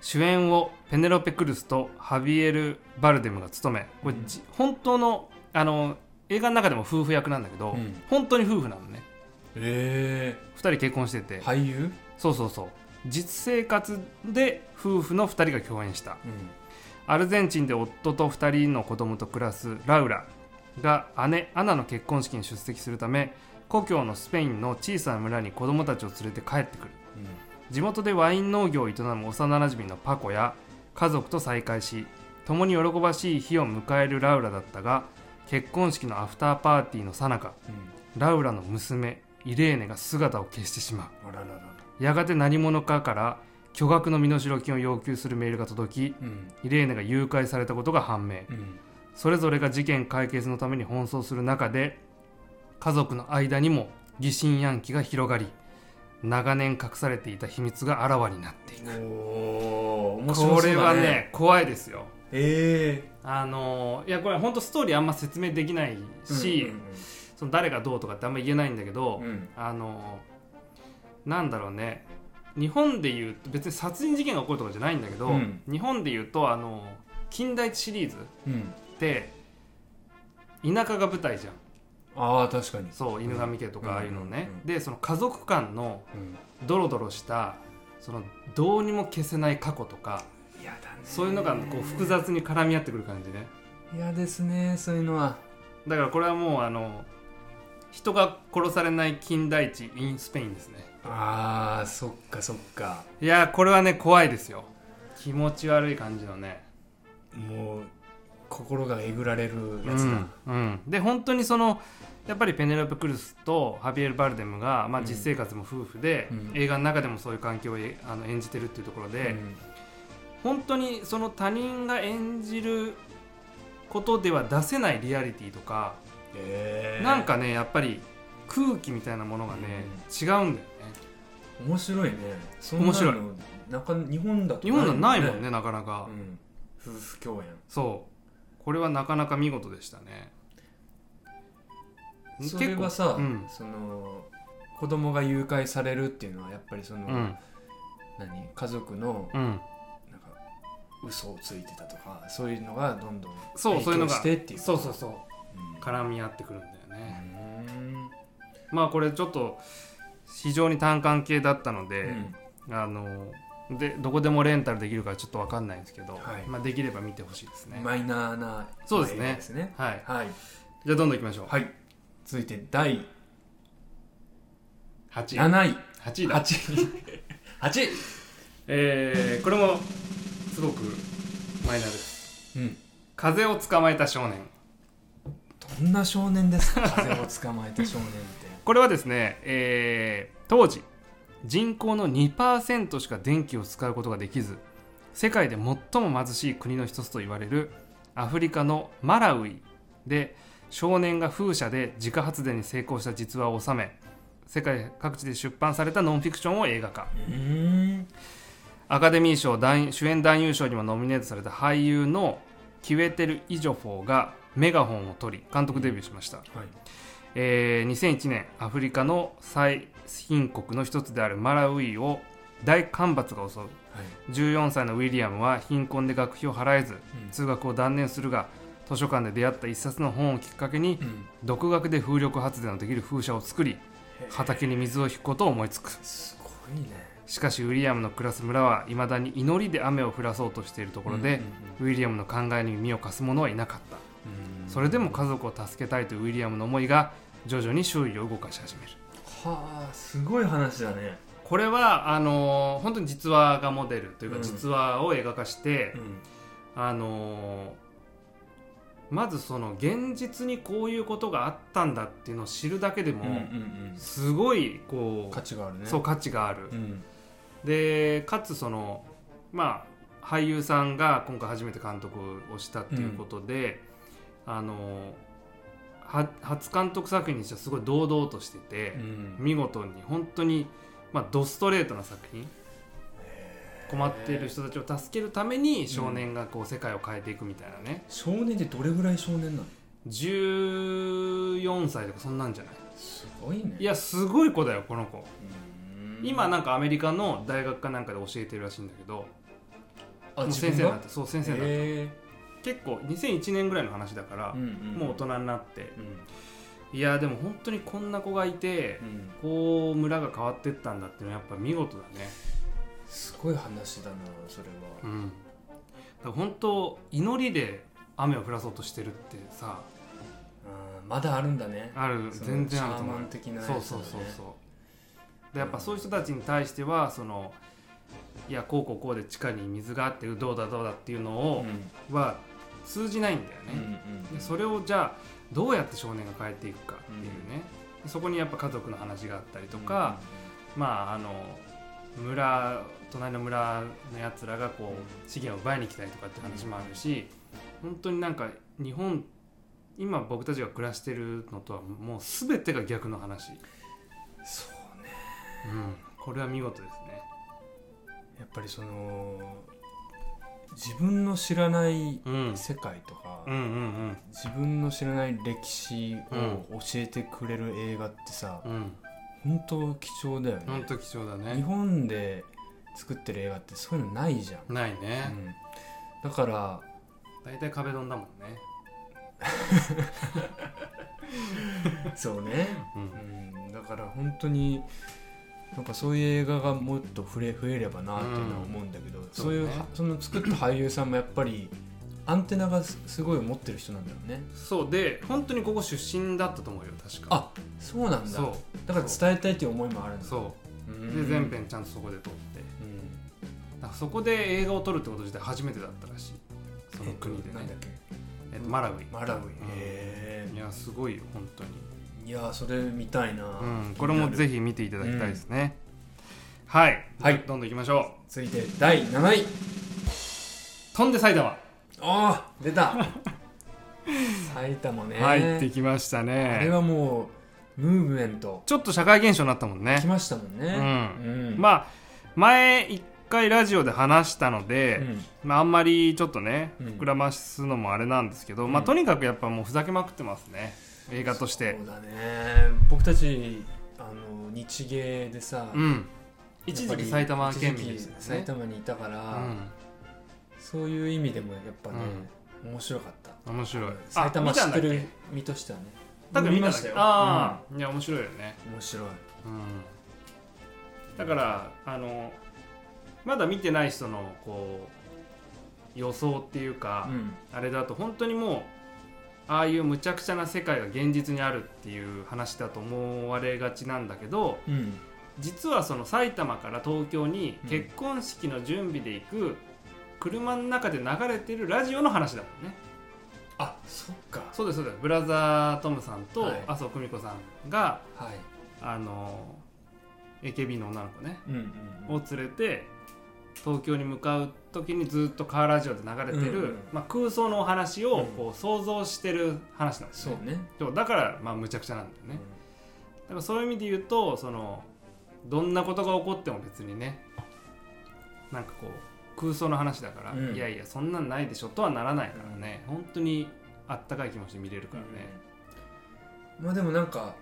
Speaker 2: 主演をペネロペ・クルスとハビエル・バルデムが務めこれ、じ本当のあの映画の中でも夫婦役なんだけど、
Speaker 1: うん
Speaker 2: 本当に夫婦なのね
Speaker 1: え
Speaker 2: 2人結婚してて、
Speaker 1: え俳優、
Speaker 2: そうそうそう実生活で夫婦の2人が共演した
Speaker 1: うん
Speaker 2: アルゼンチンで夫と2人の子供と暮らすラウラが姉アナの結婚式に出席するため故郷のスペインの小さな村に子供たちを連れて帰ってくる地元でワイン農業を営む幼なじみのパコや家族と再会し共に喜ばしい日を迎えるラウラだったが結婚式のアフターパーティーのさなか
Speaker 1: うん
Speaker 2: ラウラの娘イレーネが姿を消してしま
Speaker 1: あらららら
Speaker 2: うやがて何者かから巨額の身代金を要求するメールが届き
Speaker 1: うん
Speaker 2: イレーネが誘拐されたことが判明
Speaker 1: うん
Speaker 2: それぞれが事件解決のために奔走する中で家族の間にも疑心暗鬼が広がり長年隠されていた秘密があらわになっている
Speaker 1: おお面白そ
Speaker 2: こ
Speaker 1: うだね
Speaker 2: れはね怖いですよ
Speaker 1: え
Speaker 2: あのーいやこれ本当ストーリーあんま説明できない
Speaker 1: え
Speaker 2: し、その誰がどうとかってあんま言えないんだけど、
Speaker 1: うんうん
Speaker 2: あのーなんだろうね日本でいう別に殺人事件が起こるとかじゃないんだけど、
Speaker 1: うん
Speaker 2: 日本でいうとあのー近代シリーズっ
Speaker 1: うんうん
Speaker 2: て田舎が舞台じゃん
Speaker 1: ああ確かに
Speaker 2: そう犬神家と
Speaker 1: うん
Speaker 2: かああいうのね、
Speaker 1: うんうん
Speaker 2: でその家族間の
Speaker 1: うん
Speaker 2: ドロドロしたそのどうにも消せない過去とか
Speaker 1: 嫌だね
Speaker 2: そういうのがこう複雑に絡み合ってくる感じね
Speaker 1: 嫌ですねそういうのは
Speaker 2: だからこれはもうあの人が殺されない近代地インスペインですね
Speaker 1: あーそっかそっか
Speaker 2: いやーこれはね怖いですよ気持ち悪い感じのね
Speaker 1: もう心がえぐられるや
Speaker 2: う
Speaker 1: つだ、
Speaker 2: ん、うんで本当にそのやっぱりペネロペ・クルスとハビエル・バルデムが、まあ、
Speaker 1: うん
Speaker 2: 実生活も夫婦で、
Speaker 1: うん
Speaker 2: 映画の中でもそういう関係をえあの演じてるっていうところで、
Speaker 1: うん
Speaker 2: 本当にその他人が演じることでは出せないリアリティとか、
Speaker 1: えー
Speaker 2: なんかねやっぱり空気みたいなものがね、違うんだよね
Speaker 1: 面白いねそんなの
Speaker 2: 面白い
Speaker 1: なんか日本だと
Speaker 2: 日本ではないもん
Speaker 1: ね、
Speaker 2: ねなかなか、
Speaker 1: うん、夫婦共演
Speaker 2: そうこれはなかなか見事でしたね
Speaker 1: それはさ、
Speaker 2: うん
Speaker 1: その子供が誘拐されるっていうのはやっぱりその、
Speaker 2: うん
Speaker 1: 何家族の
Speaker 2: うん
Speaker 1: なんか嘘をついてたとかそういうのがどんどん
Speaker 2: そうそういうのが
Speaker 1: してっていう
Speaker 2: そうそう
Speaker 1: う、
Speaker 2: そ
Speaker 1: うん
Speaker 2: う絡み合ってくるんだよね、
Speaker 1: うん
Speaker 2: まあこれちょっと非常に単管系だったので、
Speaker 1: うん
Speaker 2: あのでどこでもレンタルできるかちょっとわかんないんですけど、
Speaker 1: はい
Speaker 2: まあ、できれば見てほしいですね、
Speaker 1: マイナーな
Speaker 2: そうですね
Speaker 1: 映画ですね
Speaker 2: はい
Speaker 1: はい、
Speaker 2: じゃあどんどんいきましょう
Speaker 1: はい、続いて第
Speaker 2: 8位
Speaker 1: 7位
Speaker 2: 8位だ、
Speaker 1: 8位
Speaker 2: えーこれもすごくマイナーです
Speaker 1: うん
Speaker 2: 風を捕まえた少年
Speaker 1: どんな少年ですか風を捕まえた少年って
Speaker 2: これはですね、えー当時人口の2%しか電気を使うことができず世界で最も貧しい国の一つと言われるアフリカのマラウイで少年が風車で自家発電に成功した実話を収め世界各地で出版されたノンフィクションを映画化
Speaker 1: うん
Speaker 2: アカデミー賞男主演男優賞にもノミネートされた俳優のキュエテル・イジョフォーがメガホンを取り監督デビューしました
Speaker 1: はい
Speaker 2: えー2001年アフリカの最貧国の一つであるマラウイを大干ばつが襲う
Speaker 1: はい
Speaker 2: 14歳のウィリアムは貧困で学費を払えず
Speaker 1: うん
Speaker 2: 通学を断念するが図書館で出会った一冊の本をきっかけに
Speaker 1: うん
Speaker 2: 独学で風力発電のできる風車を作り
Speaker 1: へえ
Speaker 2: 畑に水を引くことを思いつく
Speaker 1: すごいね
Speaker 2: しかしウィリアムの暮らす村はいまだに祈りで雨を降らそうとしているところで、ウィリアムの考えに耳を貸す者はいなかった
Speaker 1: うんうんうん
Speaker 2: それでも家族を助けたいというウィリアムの思いが徐々に周囲を動かし始める
Speaker 1: はあすごい話だね
Speaker 2: これはあのー本当に実話がモデルというか、
Speaker 1: うん
Speaker 2: 実話を映画化して、
Speaker 1: ん
Speaker 2: あのーまずその現実にこういうことがあったんだっていうのを知るだけでも、
Speaker 1: うんうん
Speaker 2: すごい
Speaker 1: うん
Speaker 2: こう
Speaker 1: 価値があるね
Speaker 2: そう価値がある、
Speaker 1: うん
Speaker 2: でかつそのまあ俳優さんが今回初めて監督をしたっていうことで、あのーは初監督作品にしてはすごい堂々としてて、
Speaker 1: うん
Speaker 2: 見事に本当にまあドストレートな作品困っている人たちを助けるために少年がこう世界を変えていくみたいなね
Speaker 1: 少年ってどれぐらい少年なの
Speaker 2: 14歳とかそんなんじゃない
Speaker 1: すごいね
Speaker 2: いやすごい子だよこの子
Speaker 1: うん
Speaker 2: 今なんかアメリカの大学かなんかで教えてるらしいんだけど
Speaker 1: あ
Speaker 2: もう
Speaker 1: 自分
Speaker 2: 先生にな
Speaker 1: が
Speaker 2: ってそう先生になって
Speaker 1: へ
Speaker 2: 結構2001年ぐらいの話だから
Speaker 1: えうん
Speaker 2: もう大人になって
Speaker 1: うん
Speaker 2: いやでも本当にこんな子がいて
Speaker 1: うん
Speaker 2: こう村が変わってったんだっていうのはやっぱ見事だね
Speaker 1: すごい話だなそれは
Speaker 2: うん、だから本当祈りで雨を降らそうとしてるってさ
Speaker 1: うんまだあるんだね
Speaker 2: ある
Speaker 1: その
Speaker 2: 全然ある
Speaker 1: シャー
Speaker 2: と思
Speaker 1: マ
Speaker 2: う
Speaker 1: ン的なやつだ
Speaker 2: そ
Speaker 1: ね
Speaker 2: うそうそうそうでやっぱそういう人たちに対してはそのいやこうこうこうで地下に水があってどうだどうだっていうの
Speaker 1: う
Speaker 2: を
Speaker 1: ん、
Speaker 2: は通じないんだよね、
Speaker 1: うんうん
Speaker 2: でそれをじゃあどうやって少年が変えていくかっていうね、そこにやっぱ家族の話があったりとか、まああの村隣の村のやつらがこう資源を奪いに来たりとかって話もあるし、本当になんか日本今僕たちが暮らしてるのとはもう全てが逆の話、
Speaker 1: そうね
Speaker 2: うん、これは見事ですね。
Speaker 1: やっぱりその自分の知らない
Speaker 2: うん、
Speaker 1: 世界とか、
Speaker 2: うんうん
Speaker 1: 自分の知らない歴史
Speaker 2: う
Speaker 1: を教えてくれる映画ってさ、
Speaker 2: うんうん
Speaker 1: 本当貴重だよね
Speaker 2: 本当貴重だ
Speaker 1: 日
Speaker 2: ね
Speaker 1: 本で作ってる映画ってそういうのないじゃん、
Speaker 2: ないね、
Speaker 1: うんだ から
Speaker 2: 大体壁ドンだもんね、
Speaker 1: そうね、
Speaker 2: うん
Speaker 1: うん、だから本当になんかそういう映画がもっと増え増えればなっていうのは思うんだけど、そういう
Speaker 2: そうね
Speaker 1: その作った俳優さんもやっぱりアンテナがすすごい持ってる人なんだよね
Speaker 2: そうで本当にここ出身だったと思うよ確か
Speaker 1: あそうなんだ
Speaker 2: そ
Speaker 1: だから伝えたいっていう思いもあるん
Speaker 2: う
Speaker 1: だ
Speaker 2: そううんで全編ちゃんとそこで撮って
Speaker 1: うん
Speaker 2: だからそこで映画を撮るってこと自体初めてだったらしいその国で
Speaker 1: えっとなんだっ
Speaker 2: ね
Speaker 1: け
Speaker 2: えっとマラウイ
Speaker 1: マラウイ、
Speaker 2: ん
Speaker 1: へ
Speaker 2: いやすごいよ本当に、
Speaker 1: えいやーそれ見たいな、
Speaker 2: うん、これもぜひ見ていただきたいですね、はい、
Speaker 1: はい
Speaker 2: どんどんいきましょ
Speaker 1: 続いて第7位
Speaker 2: う飛んで埼玉、
Speaker 1: ああ出た 埼玉ね、
Speaker 2: 入ってきました
Speaker 1: あれ
Speaker 2: ね
Speaker 1: はもうムーブメント
Speaker 2: ちょっと社会現象になったもんね
Speaker 1: 来ましたもん
Speaker 2: う
Speaker 1: ね、
Speaker 2: ん
Speaker 1: うんあ、
Speaker 2: まあ前一回ラジオで話したので、
Speaker 1: うん
Speaker 2: まあ、あんまりちょっとね
Speaker 1: うん
Speaker 2: 膨らますのもあれなんですけど、
Speaker 1: うん
Speaker 2: まあとにかくやっぱもうふざけまくってますね映画として
Speaker 1: そうだね僕たちあの日芸でさ、
Speaker 2: うん
Speaker 1: やっぱり
Speaker 2: 一時期埼玉県民
Speaker 1: 一
Speaker 2: で
Speaker 1: 時
Speaker 2: す
Speaker 1: 期
Speaker 2: よ
Speaker 1: 埼
Speaker 2: ね
Speaker 1: 玉にいたから、
Speaker 2: う
Speaker 1: そういう意味でもやっぱね、面白かった
Speaker 2: ん面白い
Speaker 1: 埼玉知って
Speaker 2: あ
Speaker 1: る
Speaker 2: 見たんだっ
Speaker 1: 身としてはね
Speaker 2: け多分見たんだっけあ
Speaker 1: あ
Speaker 2: あ、いや面白いよね、
Speaker 1: 面白い
Speaker 2: だからあのまだ見てない人のこう予想っていうか、
Speaker 1: うん
Speaker 2: あれだと本当にもうああいうむちゃくちゃな世界が現実にあるっていう話だと思われがちなんだけど
Speaker 1: うん
Speaker 2: 実はその埼玉から東京に結婚式の準備で行く車の中で流れてるラジオの話だもんね
Speaker 1: あそっか
Speaker 2: そうですそうですブラザートムさんと
Speaker 1: はい
Speaker 2: 麻生久美子さんが、
Speaker 1: はい
Speaker 2: あの AKB の女の子ね
Speaker 1: うんうん
Speaker 2: を連れて東京に向かう時にずっとカーラジオで流れてる、
Speaker 1: うんうん
Speaker 2: まあ、空想のお話を
Speaker 1: うん
Speaker 2: こう想像してる話なんです
Speaker 1: そう
Speaker 2: ね、
Speaker 1: ね
Speaker 2: そうだからまあむちゃくちゃなんだよね
Speaker 1: う
Speaker 2: だからそういう意味で言うとそのどんなことが起こっても別にねなんかこう空想の話だから、
Speaker 1: うん
Speaker 2: いやいやそんなんないでしょとはならないからね、本当にあったかい気持ちで見れるからね、
Speaker 1: んまあでもなんか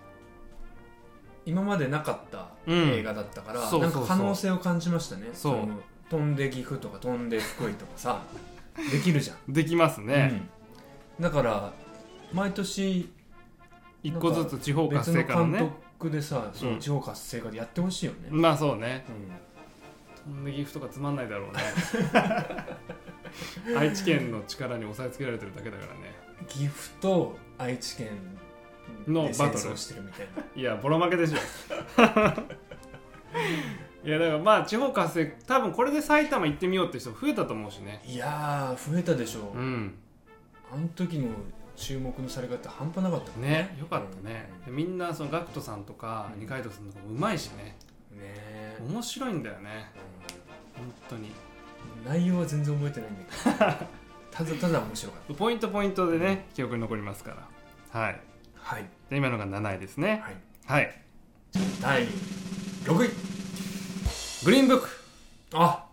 Speaker 1: 今までなかった
Speaker 2: うん
Speaker 1: 映画だったから、
Speaker 2: そうそ
Speaker 1: な
Speaker 2: うんそう
Speaker 1: か可能性を感じましたね
Speaker 2: そう
Speaker 1: の飛んで岐阜とか飛んで福井とかさ できるじゃん、
Speaker 2: できますね、
Speaker 1: うんだから毎年
Speaker 2: 一個ずつ地方活
Speaker 1: 別
Speaker 2: 性
Speaker 1: の
Speaker 2: 化のね
Speaker 1: 監督でさ、そううん地方活性化でやってほしいよね、
Speaker 2: まあそうね
Speaker 1: うん
Speaker 2: 飛んで岐阜とかつまんないだろうね愛知県の力に押さえつけられてるだけだからね
Speaker 1: 岐阜と愛知県
Speaker 2: の
Speaker 1: で
Speaker 2: バト
Speaker 1: 戦争
Speaker 2: ル
Speaker 1: してるみたいない
Speaker 2: やボロ負けでしょ いやだからまあ地方活性多分これで埼玉行ってみようって人増えたと思うしね
Speaker 1: いやー増えたでしょ、
Speaker 2: うん
Speaker 1: あの時の注目のされ方半端なかったもん
Speaker 2: ねよかったね、でみんなその GACKT さんとか
Speaker 1: うん
Speaker 2: 二階堂さんとかもうまいしね
Speaker 1: ねえ、
Speaker 2: 面白いんだよね本当に
Speaker 1: うん内容は全然覚えてないんだけど ただただ面白かっ
Speaker 2: ポイントポイントでね記憶に残りますからはい
Speaker 1: たはい、
Speaker 2: で今のが7位ですね
Speaker 1: はい、
Speaker 2: はい
Speaker 1: 第6位
Speaker 2: グリーンブック
Speaker 1: あ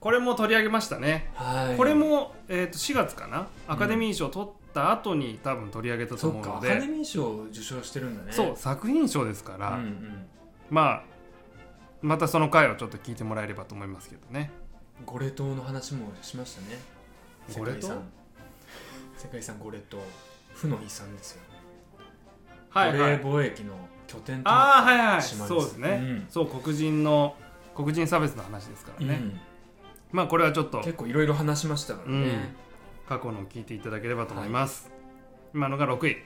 Speaker 2: これも取り上げましたね
Speaker 1: はい
Speaker 2: これも、えー、と4月かなアカデミー賞を取った後に多分取り上げたと
Speaker 1: そっ
Speaker 2: 思う
Speaker 1: か
Speaker 2: の
Speaker 1: ア
Speaker 2: で、
Speaker 1: カデミー賞を受賞してるんだね
Speaker 2: そう作品賞ですか
Speaker 1: うん
Speaker 2: ら、
Speaker 1: うん
Speaker 2: まあまたその回をちょっと聞いてもらえればと思いますけどね
Speaker 1: ゴレ島の話もしましたね
Speaker 2: ゴレ
Speaker 1: 世界
Speaker 2: 島
Speaker 1: 遺産世界遺産ゴレ島負の遺産ですよ
Speaker 2: はいはい
Speaker 1: 奴隷貿易の拠点とな
Speaker 2: ああ
Speaker 1: っ
Speaker 2: はいはい
Speaker 1: 島です
Speaker 2: そうですね、
Speaker 1: うん
Speaker 2: そう黒人の黒人差別の話ですか
Speaker 1: た
Speaker 2: らね、まあこれはちょっ
Speaker 1: うん
Speaker 2: と
Speaker 1: 結構いろいろ話しましたからね、
Speaker 2: うん過去のを聞いていただければと思います、今のが6位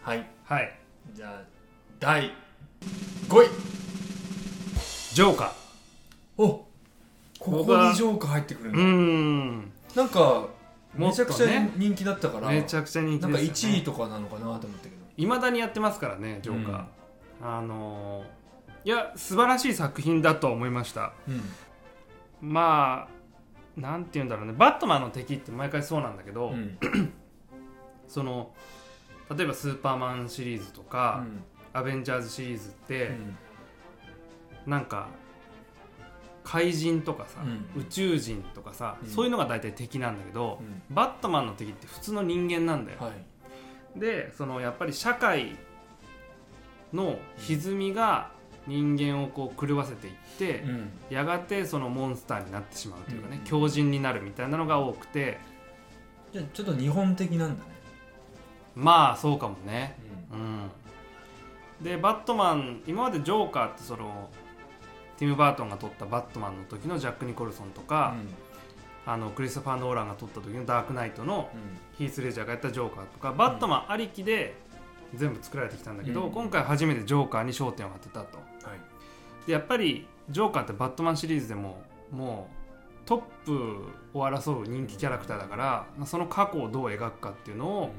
Speaker 1: はい
Speaker 2: はい
Speaker 1: じゃあ第5位
Speaker 2: ジョーカー
Speaker 1: おこ
Speaker 2: こ
Speaker 1: こ
Speaker 2: が
Speaker 1: にジョーカー入ってくる
Speaker 2: う
Speaker 1: の、
Speaker 2: ーん
Speaker 1: なんか
Speaker 2: も
Speaker 1: め
Speaker 2: っ
Speaker 1: ち
Speaker 2: とね
Speaker 1: ゃくちゃ人気だったから、
Speaker 2: めちゃくちゃ人気です
Speaker 1: な
Speaker 2: よ、
Speaker 1: ん
Speaker 2: ね、
Speaker 1: か1位とかなのかなと思ったけど
Speaker 2: いまだにやってますからねジョーカー、
Speaker 1: うん
Speaker 2: あのいや素晴らしい作品だと思いました
Speaker 1: うん
Speaker 2: まあなんて言うんだろうねバットマンの敵って毎回そうなんだけど、
Speaker 1: うん
Speaker 2: その例えば「スーパーマン」シリーズとか「アベンジャーズ」シリーズって、なんか怪人とかさ、
Speaker 1: うん
Speaker 2: 宇宙人とかさ、
Speaker 1: うん
Speaker 2: そういうのが大体敵なんだけど
Speaker 1: う、ん
Speaker 2: バットマンの敵って普通の人間なんだよ。
Speaker 1: はい
Speaker 2: でそのやっぱり社会の歪みが人間をこう狂わせていって、
Speaker 1: うん
Speaker 2: やがてそのモンスターになってしまうというかね、
Speaker 1: うん
Speaker 2: 強靭になるみたいなのが多くて
Speaker 1: じゃあちょっと日本的なんだね
Speaker 2: まあそうかもね
Speaker 1: うん
Speaker 2: うんでバットマン今までジョーカーってそのティム・バートンが撮ったバットマンの時のジャック・ニコルソンとか、あのクリストファー・ノーランが撮った時のダークナイトの
Speaker 1: うん
Speaker 2: ヒース・レジャーがやったジョーカーとかバットマンありきで全部作られてきたんだけど、
Speaker 1: うん
Speaker 2: 今回初めてジョーカーに焦点を当てたと
Speaker 1: うんはい
Speaker 2: でやっぱりジョーカーってバットマンシリーズでももうトップを争う人気キャラクターだから、まあその過去をどう描くかっていうのを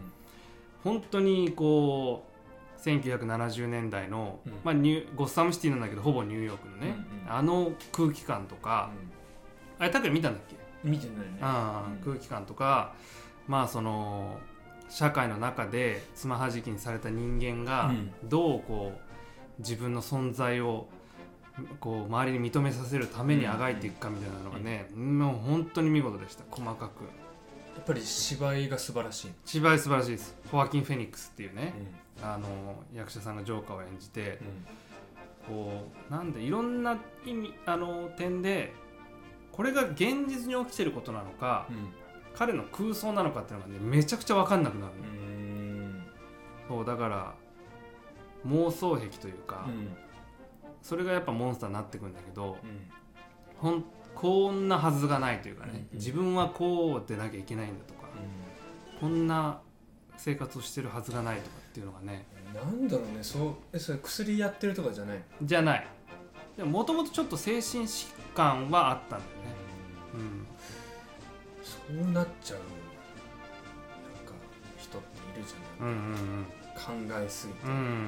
Speaker 2: 本当にこう1970年代の、
Speaker 1: うん
Speaker 2: まあ、ニューゴッサムシティなんだけどほぼニューヨークのね、
Speaker 1: うんうん
Speaker 2: あの空気感とか、あれタクヤ見たんだっけ、
Speaker 1: うん見てないね
Speaker 2: あー
Speaker 1: うん
Speaker 2: 空気感とかまあその社会の中でつまはじきにされた人間が、
Speaker 1: うん
Speaker 2: どうこう自分の存在をこう周りに認めさせるためにあがいていくかみたいなのがね、もう本当に見事でした細かく
Speaker 1: やっぱり芝居が素晴らしい
Speaker 2: 芝居素晴らしいですホワキン・フェニックスっていう
Speaker 1: う
Speaker 2: ね、
Speaker 1: ん
Speaker 2: あの役者さんがジョーカーを演じてこうなんでいろんな意味あの点でこれが現実に起きてることなのか
Speaker 1: うん
Speaker 2: 彼の空想なのかっていうのがねめちゃくちゃ分かんなくなる
Speaker 1: う
Speaker 2: の、
Speaker 1: ん
Speaker 2: そうだから妄想癖というか、
Speaker 1: うん
Speaker 2: それがやっぱモンスターになってくんだけど、
Speaker 1: うん
Speaker 2: ほんこんなはずがないというかね、
Speaker 1: うん
Speaker 2: 自分はこうでなきゃいけないんだとか、
Speaker 1: う
Speaker 2: こんな生活をしてるはずがないとかっていうのがね
Speaker 1: んなんだろうねそうえそれ薬やってるとかじゃない
Speaker 2: じゃないでももともとちょっと精神疾患はあったんだよね、うん、
Speaker 1: そうなっちゃうなんか人っているじゃ
Speaker 2: うんうん
Speaker 1: ない考えすぎて
Speaker 2: うんうん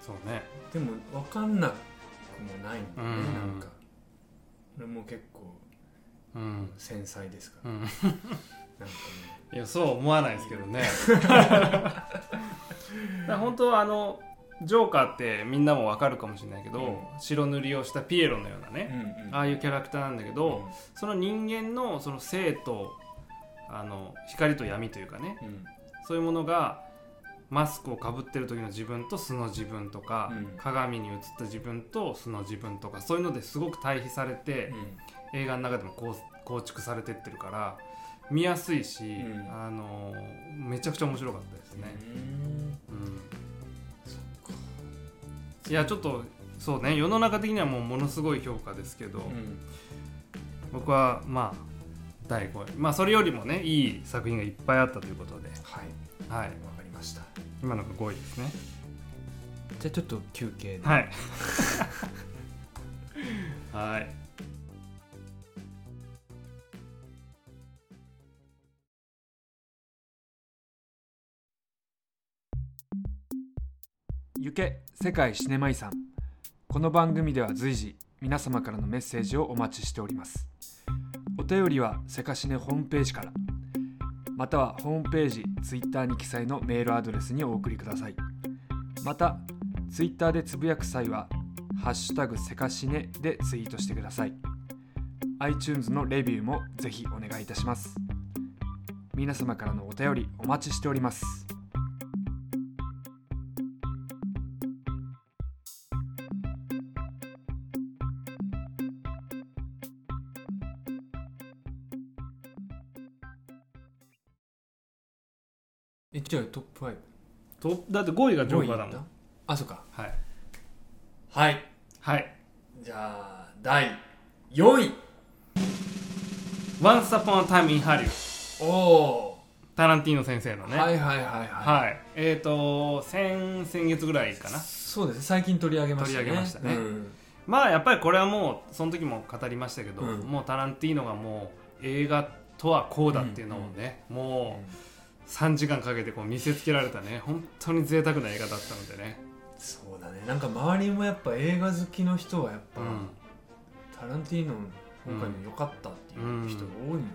Speaker 2: そうね
Speaker 1: でも分かんなくもないんだよね
Speaker 2: うん
Speaker 1: なんか俺も結構
Speaker 2: うん
Speaker 1: 繊細ですか
Speaker 2: う
Speaker 1: ら
Speaker 2: ん、
Speaker 1: なんか
Speaker 2: いやそう思わないですけど ねだから本当はあのジョーカーってみんなもわかるかもしれないけど、
Speaker 1: う
Speaker 2: 白塗りをしたピエロのようなね、
Speaker 1: ね
Speaker 2: ああいうキャラクターなんだけど、その人間のその生とあの光と闇というかね
Speaker 1: うんうん
Speaker 2: そういうものがマスクをかぶってる時の自分と素の自分とか、
Speaker 1: うん
Speaker 2: 鏡に映った自分と素の自分とかそういうのですごく対比されて、映画の中でも構構築されてってるから見やすいし、
Speaker 1: うん
Speaker 2: あのめちゃくちゃ面白かったですね。
Speaker 1: うん
Speaker 2: うん
Speaker 1: そっか
Speaker 2: いやちょっとそうね世の中的にはもうものすごい評価ですけど、
Speaker 1: うん
Speaker 2: 僕はまあ第5位まあそれよりもねいい作品がいっぱいあったということで、
Speaker 1: はい
Speaker 2: はい、
Speaker 1: わかりました
Speaker 2: 今のが5位ですね
Speaker 1: じゃあちょっと休憩で
Speaker 2: はいはい
Speaker 3: ゆけ世界シネマ遺産この番組では随時皆様からのメッセージをお待ちしておりますお便りはセカシネホームページからまたはホームページツイッターに記載のメールアドレスにお送りくださいまたツイッターでつぶやく際は「ハッシュタグセカシネ」でツイートしてください iTunes のレビューもぜひお願いいたします皆様からのお便りお待ちしております
Speaker 1: えじゃあトップ5
Speaker 2: とだって5位がジョーカーだも
Speaker 1: もう
Speaker 2: ん
Speaker 1: いいんあそっか
Speaker 2: はい
Speaker 1: はい
Speaker 2: はい
Speaker 1: じゃあ第4位
Speaker 2: Once Upon a Time in Hollywood
Speaker 1: おお
Speaker 2: タランティーノ先生の
Speaker 1: ー、
Speaker 2: ね、
Speaker 1: はいいはいはいはい、
Speaker 2: はい、えっ、ー、と先先月ぐらいかな
Speaker 1: そうですね最近取り上げましたね
Speaker 2: 取り上げましたね
Speaker 1: うん
Speaker 2: まあやっぱりこれはもうその時も語りましたけど、
Speaker 1: うん
Speaker 2: もうタランティーノがもう映画とはこうだっていうのをね、もう3時間かけてこう見せつけられたね本当に贅沢な映画だったのでね
Speaker 1: そうだねなんか周りもやっぱ映画好きの人はやっぱ、タランティーノ今回も良かったっていう人が多いもんね、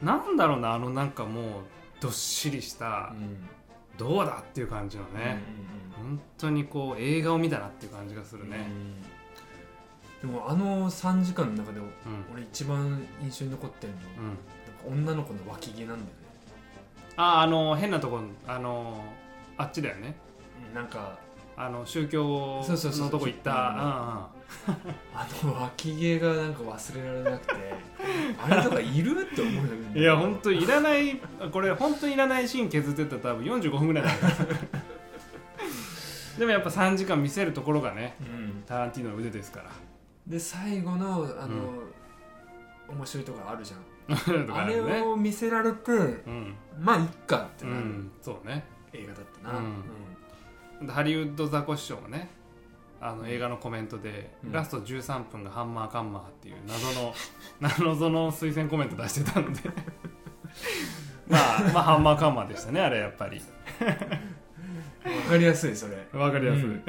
Speaker 2: うん、なんだろうなあのなんかもうどっしりした、
Speaker 1: うん
Speaker 2: どうだっていう感じのね、本当にこう映画を見たなっていう感じがす
Speaker 1: う
Speaker 2: る
Speaker 1: ん
Speaker 2: ね、
Speaker 1: うんでもあの3時間の中で
Speaker 2: うん
Speaker 1: 俺一番印象に残ってるのは、
Speaker 2: うん
Speaker 1: なんか女の子の脇毛なんだよね
Speaker 2: ああの変なとこあのあっちだよね
Speaker 1: うんなんか
Speaker 2: あの宗教
Speaker 1: そうそうそう
Speaker 2: のとこ行った
Speaker 1: あの脇毛がなんか忘れられな くてあれとかいるって思うんだけど
Speaker 2: うんうんいや本当いらないこれ本当いらないシーン削ってたら多分45分ぐらいだからでもやっぱ3時間見せるところがね
Speaker 1: うん
Speaker 2: タランティーノの腕ですから
Speaker 1: で最後のあの、面白いところあるじゃん
Speaker 2: とか
Speaker 1: あ
Speaker 2: る
Speaker 1: れ
Speaker 2: ね
Speaker 1: を見せられて
Speaker 2: うん、
Speaker 1: まあいっかって
Speaker 2: う
Speaker 1: なる、
Speaker 2: ん、そうね
Speaker 1: 映画だったな、
Speaker 2: うんハリウッドザコシショウもねあの映画のコメントで、
Speaker 1: うん
Speaker 2: ラスト13分がハンマーカンマーっていう謎の 謎の推薦コメント出してたのでまあまあハンマーカンマーでしたねあれやっぱり
Speaker 1: わかりやすいそれ、
Speaker 2: わかりやすい、
Speaker 1: うん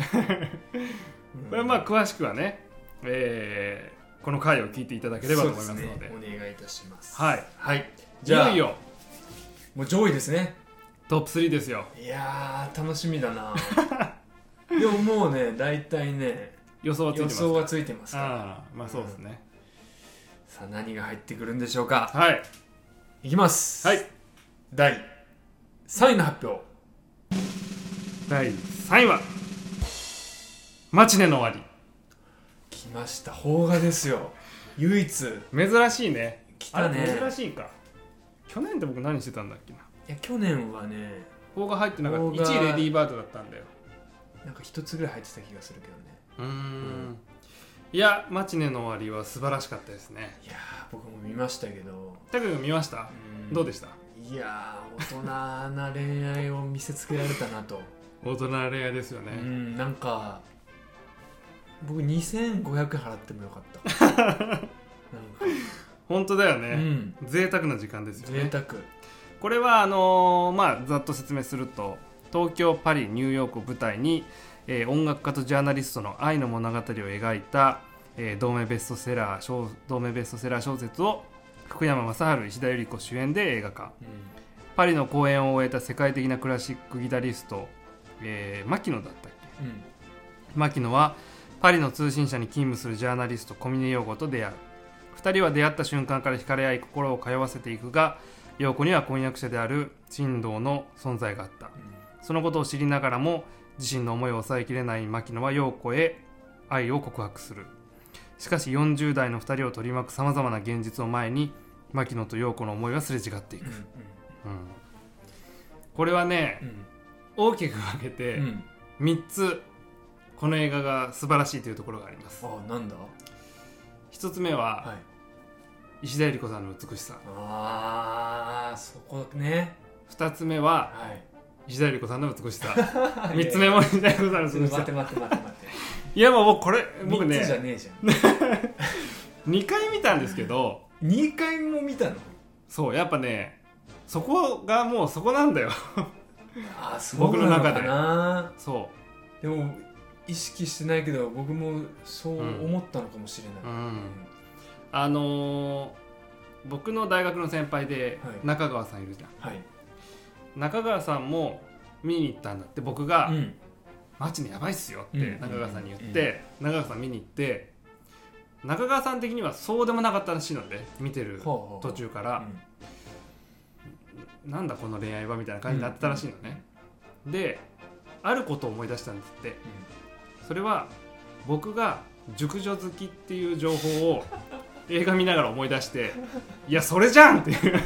Speaker 2: これまあ詳しくはね、えーこの回を聞いていただければと思いますので
Speaker 1: そうすねお願いいたします
Speaker 2: はい
Speaker 1: はい
Speaker 2: い
Speaker 1: じゃあ
Speaker 2: よいよ
Speaker 1: もう上位ですね
Speaker 2: トップ3ですよ
Speaker 1: いやー楽しみだな でももうね大体ね
Speaker 2: 予想はついて
Speaker 1: 予
Speaker 2: ます
Speaker 1: 想はついてますから
Speaker 2: ああまあそうですね、
Speaker 1: さあ何が入ってくるんでしょうか
Speaker 2: はい
Speaker 1: いきます
Speaker 2: はい
Speaker 1: 第3位の発表
Speaker 2: 第3位はマチネの終わり
Speaker 1: 来ました邦画ですよ唯一
Speaker 2: 珍しいね
Speaker 1: 来
Speaker 2: あ
Speaker 1: たね
Speaker 2: れ珍しいか去年って僕何してたんだっけない
Speaker 1: や去年はね
Speaker 2: 邦画入ってなかった
Speaker 1: 邦画
Speaker 2: 1位レディーバードだったんだよ
Speaker 1: なんか一つぐらい入ってた気がするけどね
Speaker 2: うーんいやマチネの終わりは素晴らしかったですね
Speaker 1: いやー僕も見ましたけど
Speaker 2: タク君見ましたどうでした
Speaker 1: いやー大人な恋愛を見せつけられたな と、
Speaker 2: 大人の恋愛ですよ
Speaker 1: う
Speaker 2: ね、
Speaker 1: ん、なんか僕2500円払ってもよかった なん
Speaker 2: 本当だよ
Speaker 1: か、う
Speaker 2: ね、
Speaker 1: ん、
Speaker 2: 贅沢な時間ですよ
Speaker 1: 贅
Speaker 2: ね
Speaker 1: 沢
Speaker 2: これはあのーまあざっと説明すると東京パリニューヨークを舞台に、えー音楽家とジャーナリストの愛の物語を描いた、えー同名ベストセラー小同名ベストセラー小説を福山雅治石田ゆり子主演で映画化
Speaker 1: う
Speaker 2: パリの公演を終えた世界的なクラシックギタリスト、えー、牧野だったっけ
Speaker 1: ん、うん、
Speaker 2: 牧野はパリの通信社に勤務するジャーナリスト小峰陽子と出会う2人は出会った瞬間から惹かれ合い心を通わせていくが陽子には婚約者である珍道の存在があったそのことを知りながらも自身の思いを抑えきれない牧野は陽子へ愛を告白するしかし40代の2人を取り巻くさまざまな現実を前に牧野と陽子の思いはすれ違っていく、うんこれはね
Speaker 1: うん
Speaker 2: 大きく分けて、
Speaker 1: うんうん
Speaker 2: 3つこの映画が素晴らしいというところがあります
Speaker 1: ああなんだ
Speaker 2: 1つ目は
Speaker 1: はい
Speaker 2: 石田ゆり子さんの美しさ
Speaker 1: あーそこね
Speaker 2: 2つ目は
Speaker 1: はい
Speaker 2: 石田ゆり子さんの美しさ3つ目も石田ゆり子さんの
Speaker 1: ちょ
Speaker 2: 美
Speaker 1: っ
Speaker 2: し
Speaker 1: と待っ
Speaker 2: さ
Speaker 1: て待って待って待って
Speaker 2: いやもうこれ僕
Speaker 1: 3つじゃ
Speaker 2: ね
Speaker 1: ねえじゃん
Speaker 2: 2回見たんですけど
Speaker 1: 2回も見たの
Speaker 2: そうやっぱねそこがもうそこなんだよ
Speaker 1: ああそうなのかな
Speaker 2: そ
Speaker 1: でも意識してないけど僕もそう思ったのかもしれ
Speaker 2: うう
Speaker 1: ない、
Speaker 2: んあのー僕の大学の先輩で
Speaker 1: はい
Speaker 2: 中川さんいるじゃん、
Speaker 1: はい、
Speaker 2: 中川さんも見に行ったんだって僕が、
Speaker 1: うん、
Speaker 2: マチネやばいっすよっ
Speaker 1: う
Speaker 2: て
Speaker 1: ん
Speaker 2: 中川さんに言って、中川さん見に行って中川さん的にはそうでもなかったらしいので見てる
Speaker 1: ほうほう
Speaker 2: 途中か
Speaker 1: う
Speaker 2: ら、
Speaker 1: ん
Speaker 2: なんだこの恋愛はみたいな感じになってたらしいのね、であることを思い出したんですってそれは僕が熟女好きっていう情報 を映画見ながら思い出していやそれじゃんっていう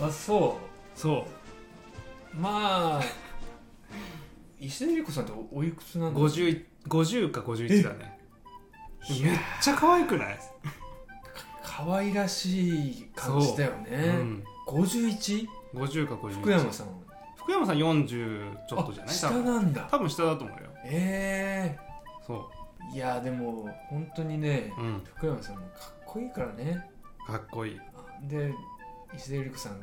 Speaker 1: あそ
Speaker 2: そう
Speaker 1: まあ石田ゆり子さんっておおいくつな
Speaker 2: うん
Speaker 1: ですか
Speaker 2: 50 50か51だね
Speaker 1: い
Speaker 2: め
Speaker 1: や
Speaker 2: っちゃ可愛くない、
Speaker 1: 可愛らしい感じだよ
Speaker 2: う
Speaker 1: ね、
Speaker 2: ん、
Speaker 1: 51?
Speaker 2: 50か51
Speaker 1: 福山さん
Speaker 2: 福山さん40ちょっとじゃない
Speaker 1: あ下
Speaker 2: 多分
Speaker 1: なんだ
Speaker 2: 多分下だと思うよ
Speaker 1: え
Speaker 2: そ
Speaker 1: えいやでも本当にね
Speaker 2: う、うん、
Speaker 1: 福山さんもかっこいいからね
Speaker 2: かっこいい
Speaker 1: で石田ゆり子さん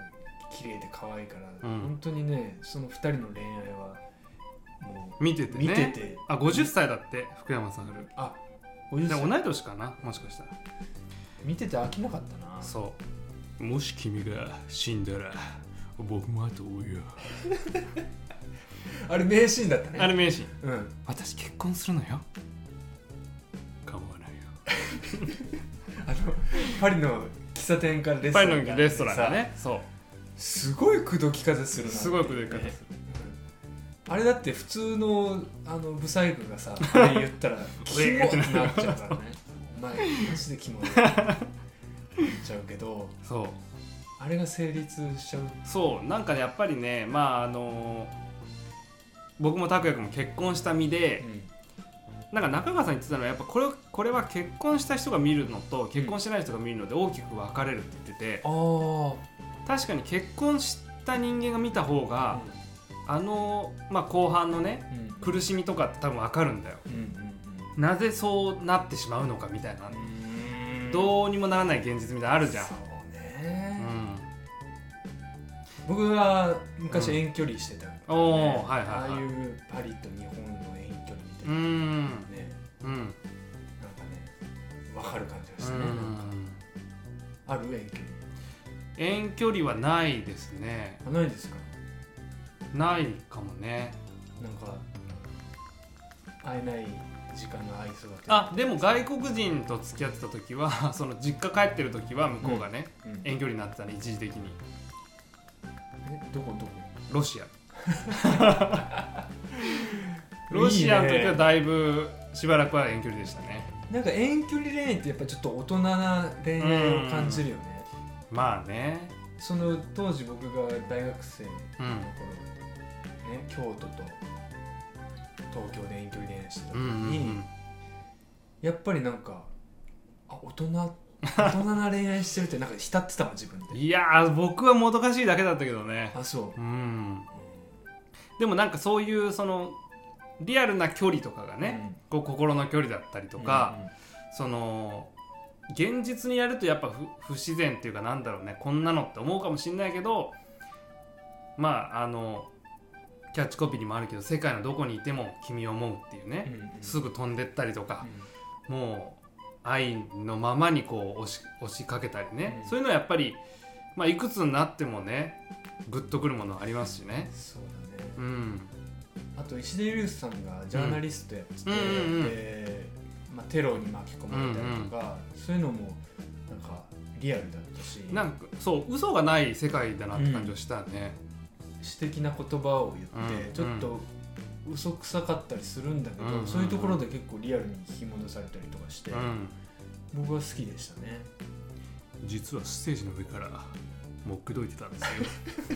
Speaker 1: 綺麗で可愛いから、
Speaker 2: うん
Speaker 1: 本当にねその二人の恋愛はも
Speaker 2: 見てて
Speaker 1: う
Speaker 2: ね
Speaker 1: 見てて
Speaker 2: あ50歳だって福山さんが
Speaker 1: あ
Speaker 2: で
Speaker 1: 50歳
Speaker 2: 同い年かなもしかしたら
Speaker 1: 見てて飽きなかったな
Speaker 2: そうもし君が死んだら僕も後追うよ
Speaker 1: あれ名シーンだったね
Speaker 2: あれ名シーン
Speaker 1: うん
Speaker 2: 私結婚するのよ構わないよ
Speaker 1: あのパリの喫茶店からレスト
Speaker 2: パ
Speaker 1: ラ
Speaker 2: イ
Speaker 1: ンがあ
Speaker 2: の
Speaker 1: ってさ
Speaker 2: レストランがねそ
Speaker 1: すごい口説き方する
Speaker 2: う
Speaker 1: な
Speaker 2: すごいことでかい
Speaker 1: あれだって普通のあのブサイクがさあれ言 ったらキモってなっちゃうからねお前マジでキモいよって言っちゃうけど
Speaker 2: そう
Speaker 1: あれが成立しちゃう
Speaker 2: そうなんかねやっぱりねまああの僕も拓哉君も結婚した身でなんか中川さん言ってたのはやっぱこれこれは結婚した人が見るのと結婚してない人が見るので大きく分かれるって言ってて
Speaker 1: あ
Speaker 2: 確かに結婚した人間が見た方
Speaker 1: あ
Speaker 2: があの、まあ、後半のね
Speaker 1: うんうん
Speaker 2: 苦しみとかって多分分かるんだよ
Speaker 1: うん
Speaker 2: なぜそうなってしまうのかみたいな
Speaker 1: うんうん
Speaker 2: どうにもならない現実みたいなのあるじゃん
Speaker 1: そう
Speaker 2: う
Speaker 1: ね
Speaker 2: ん
Speaker 1: 僕は昔遠距離してたから
Speaker 2: お
Speaker 1: ね
Speaker 2: おはい
Speaker 1: あ
Speaker 2: は
Speaker 1: あ
Speaker 2: いはいいう
Speaker 1: パリと日本の遠距離みたい
Speaker 2: ー
Speaker 1: なね
Speaker 2: んうん
Speaker 1: なんかねわかる感じがし
Speaker 2: う
Speaker 1: たねなんか
Speaker 2: ん
Speaker 1: ある遠距離
Speaker 2: 遠距離はないですね
Speaker 1: あないですか
Speaker 2: ないかもね
Speaker 1: なんか会えない時間が合いそうだけど
Speaker 2: あでも外国人と付き合ってた時は その実家帰ってる時は向こうがね、
Speaker 1: うんえ
Speaker 2: 遠距離になってたね一時的に
Speaker 1: どこどこ
Speaker 2: ロシア ロシアの時はだいぶしばらくは遠距離でしたね
Speaker 1: なんか遠距離恋愛ってやっぱちょっと大人な恋愛を感じるよね
Speaker 2: まあね
Speaker 1: その当時僕が大学生の
Speaker 2: うん
Speaker 1: 頃、ね、京都と東京で遠距離恋愛してた
Speaker 2: う
Speaker 1: 時
Speaker 2: んうん
Speaker 1: に、
Speaker 2: うん
Speaker 1: やっぱりなんかあ大人大人な恋愛してるってなんか浸ってたわ自分で
Speaker 2: いやー僕はもどかしいだけだったけどね
Speaker 1: あそう
Speaker 2: うんでもなんかそういうそのリアルな距離とかがね、こう心の距離だったりと
Speaker 1: と
Speaker 2: か、その現実にやるとやっぱ不不自然っていうかなんだろうねこんなのって思うかもしんないけどまああのキャッチコピーにもあるけど「世界のどこにいても君を思う」っていうね、すぐ飛んでったりとか、もう愛のままにこう押し押しかけたりね、
Speaker 1: うん
Speaker 2: そういうのはやっぱり、まあ、いくつになってもねグッとくるものありますしね。
Speaker 1: そうだね
Speaker 2: うん、
Speaker 1: あと石出裕さんがジャーナリストやってて、
Speaker 2: うんうんうん
Speaker 1: でまあ、テロに巻き込まれたりとか、そういうのもなんかリアルだったし
Speaker 2: なんかそう嘘がない世界だなって感じはしたね。
Speaker 1: 詩的な言葉を言って、
Speaker 2: うん
Speaker 1: ちょっと嘘くさかったりするんだけど、
Speaker 2: うんうんうん
Speaker 1: そういうところで結構リアルに引き戻されたりとかして、
Speaker 2: うん
Speaker 1: 僕は好きでしたね
Speaker 2: 実はステージの上からもっくどいてたんですよ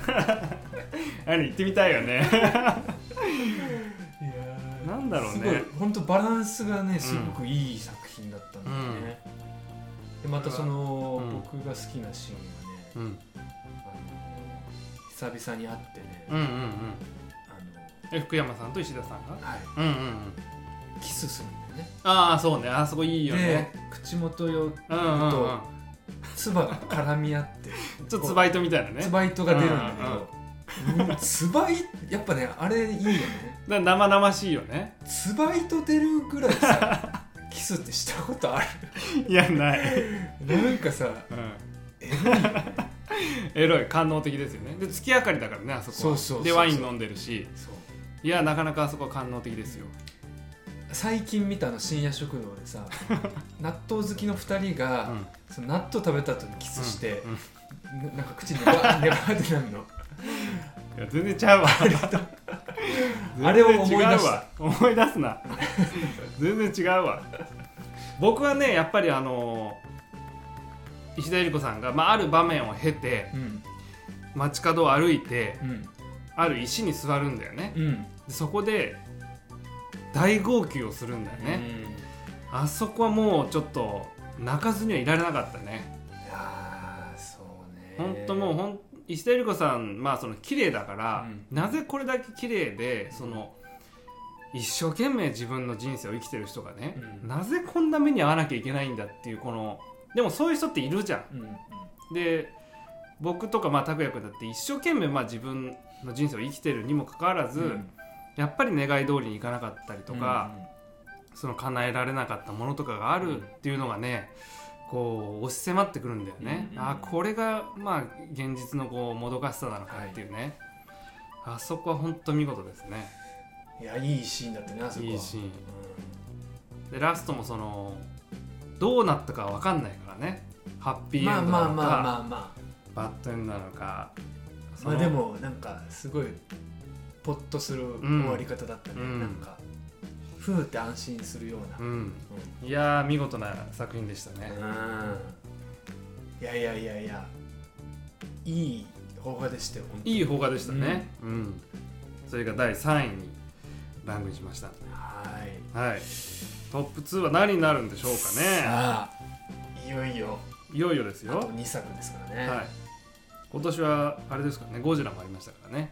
Speaker 2: あれ行ってみたいよね
Speaker 1: いや
Speaker 2: ーなんだろうね
Speaker 1: すごい本当バランスがねすごくいい作品だったんだよね、でまたその、
Speaker 2: うん
Speaker 1: 僕が好きなシーンはね、
Speaker 2: うん
Speaker 1: あの久々に会ってね、
Speaker 2: うんうんうん
Speaker 1: あ
Speaker 2: え福山さんと石田さんが
Speaker 1: の、はい、
Speaker 2: うんうんうん
Speaker 1: キスするんだよね
Speaker 2: ああそうねあそこいいよね
Speaker 1: で口元よ
Speaker 2: うんうんうん
Speaker 1: と唾が絡み合って
Speaker 2: ちょっとツバイトみたいなね
Speaker 1: ツ
Speaker 2: だか
Speaker 1: バイトが出るんだけど、うんツバイやっぱねあれいいよね
Speaker 2: ら生々しいよね
Speaker 1: ツバイト出るぐらいさキスってしたことある
Speaker 2: いやない、
Speaker 1: なんかさ
Speaker 2: うん、
Speaker 1: エロいよね
Speaker 2: エロい官能的ですよねで月明かりだからねあそこは
Speaker 1: そうそうそうそう
Speaker 2: でワイン飲んでるし
Speaker 1: そう
Speaker 2: いやなかなかあそこは官能的ですよ
Speaker 1: 最近見たあの深夜食堂で さ納豆好きの2人が、
Speaker 2: うん
Speaker 1: その納豆食べた後にキスして、
Speaker 2: うんうん
Speaker 1: ななんか口にネバネバーってなるの
Speaker 2: いや全然ちゃうわ
Speaker 1: あれを思い出した
Speaker 2: 全然違うわ思い出すな全然違うわ僕はねやっぱりあの石田ゆり子さんが、まあ、ある場面を経て
Speaker 1: うん
Speaker 2: 街角を歩いて
Speaker 1: うん
Speaker 2: ある石に座るんだよね
Speaker 1: うん
Speaker 2: でそこで大号泣をするんだよね、あそこはもうちょっと泣かずにはいられなかったね
Speaker 1: うんいやーそうね
Speaker 2: 本当もうほん石田ゆり子さんまあその綺麗だから、
Speaker 1: うん
Speaker 2: なぜこれだけ綺麗でその一生懸命自分の人生を生きてる人がね、
Speaker 1: うん
Speaker 2: なぜこんな目に遭わなきゃいけないんだっていうこのでもそういう人っているじゃ
Speaker 1: うんうん
Speaker 2: ん。で僕とかまあ拓哉君だって一生懸命まあ自分の人生を生きてるにもかかわらず、
Speaker 1: うん
Speaker 2: やっぱり願い通りにいかなかったりとか、その叶えられなかったものとかがあるっていうのがねこう押し迫ってくるんだよね、
Speaker 1: うんうんうん
Speaker 2: あこれがまあ現実のこうもどかしさなのかっていうね、あそこは本当見事ですね
Speaker 1: いやいいシーンだったねあそこはい
Speaker 2: いシーンでラストもそのどうなったかわかんないからねハッ
Speaker 1: う
Speaker 2: ピ
Speaker 1: ん
Speaker 2: ーエンド
Speaker 1: ま
Speaker 2: な
Speaker 1: あ
Speaker 2: のか、
Speaker 1: まあまあまあまあ
Speaker 2: バッドエンドなのかそ
Speaker 1: まあ
Speaker 2: の
Speaker 1: でもなんかすごいポッとする
Speaker 2: ん
Speaker 1: 終わり方だったね、
Speaker 2: うん
Speaker 1: なんかふーって安心するような、
Speaker 2: うんいやー見事な作品でしたね、
Speaker 1: うんいやいやいやいやいい方法でしたよ本当に
Speaker 2: いい邦画でしたね、うんそれが第3位にランクインしました
Speaker 1: はい
Speaker 2: はいトップ2は何になるんでしょうかね
Speaker 1: さあいよいよ
Speaker 2: いよいよです
Speaker 1: あと
Speaker 2: よ、
Speaker 1: 2作ですからね、
Speaker 2: はい、今年はあれですからねゴジラもありましたからね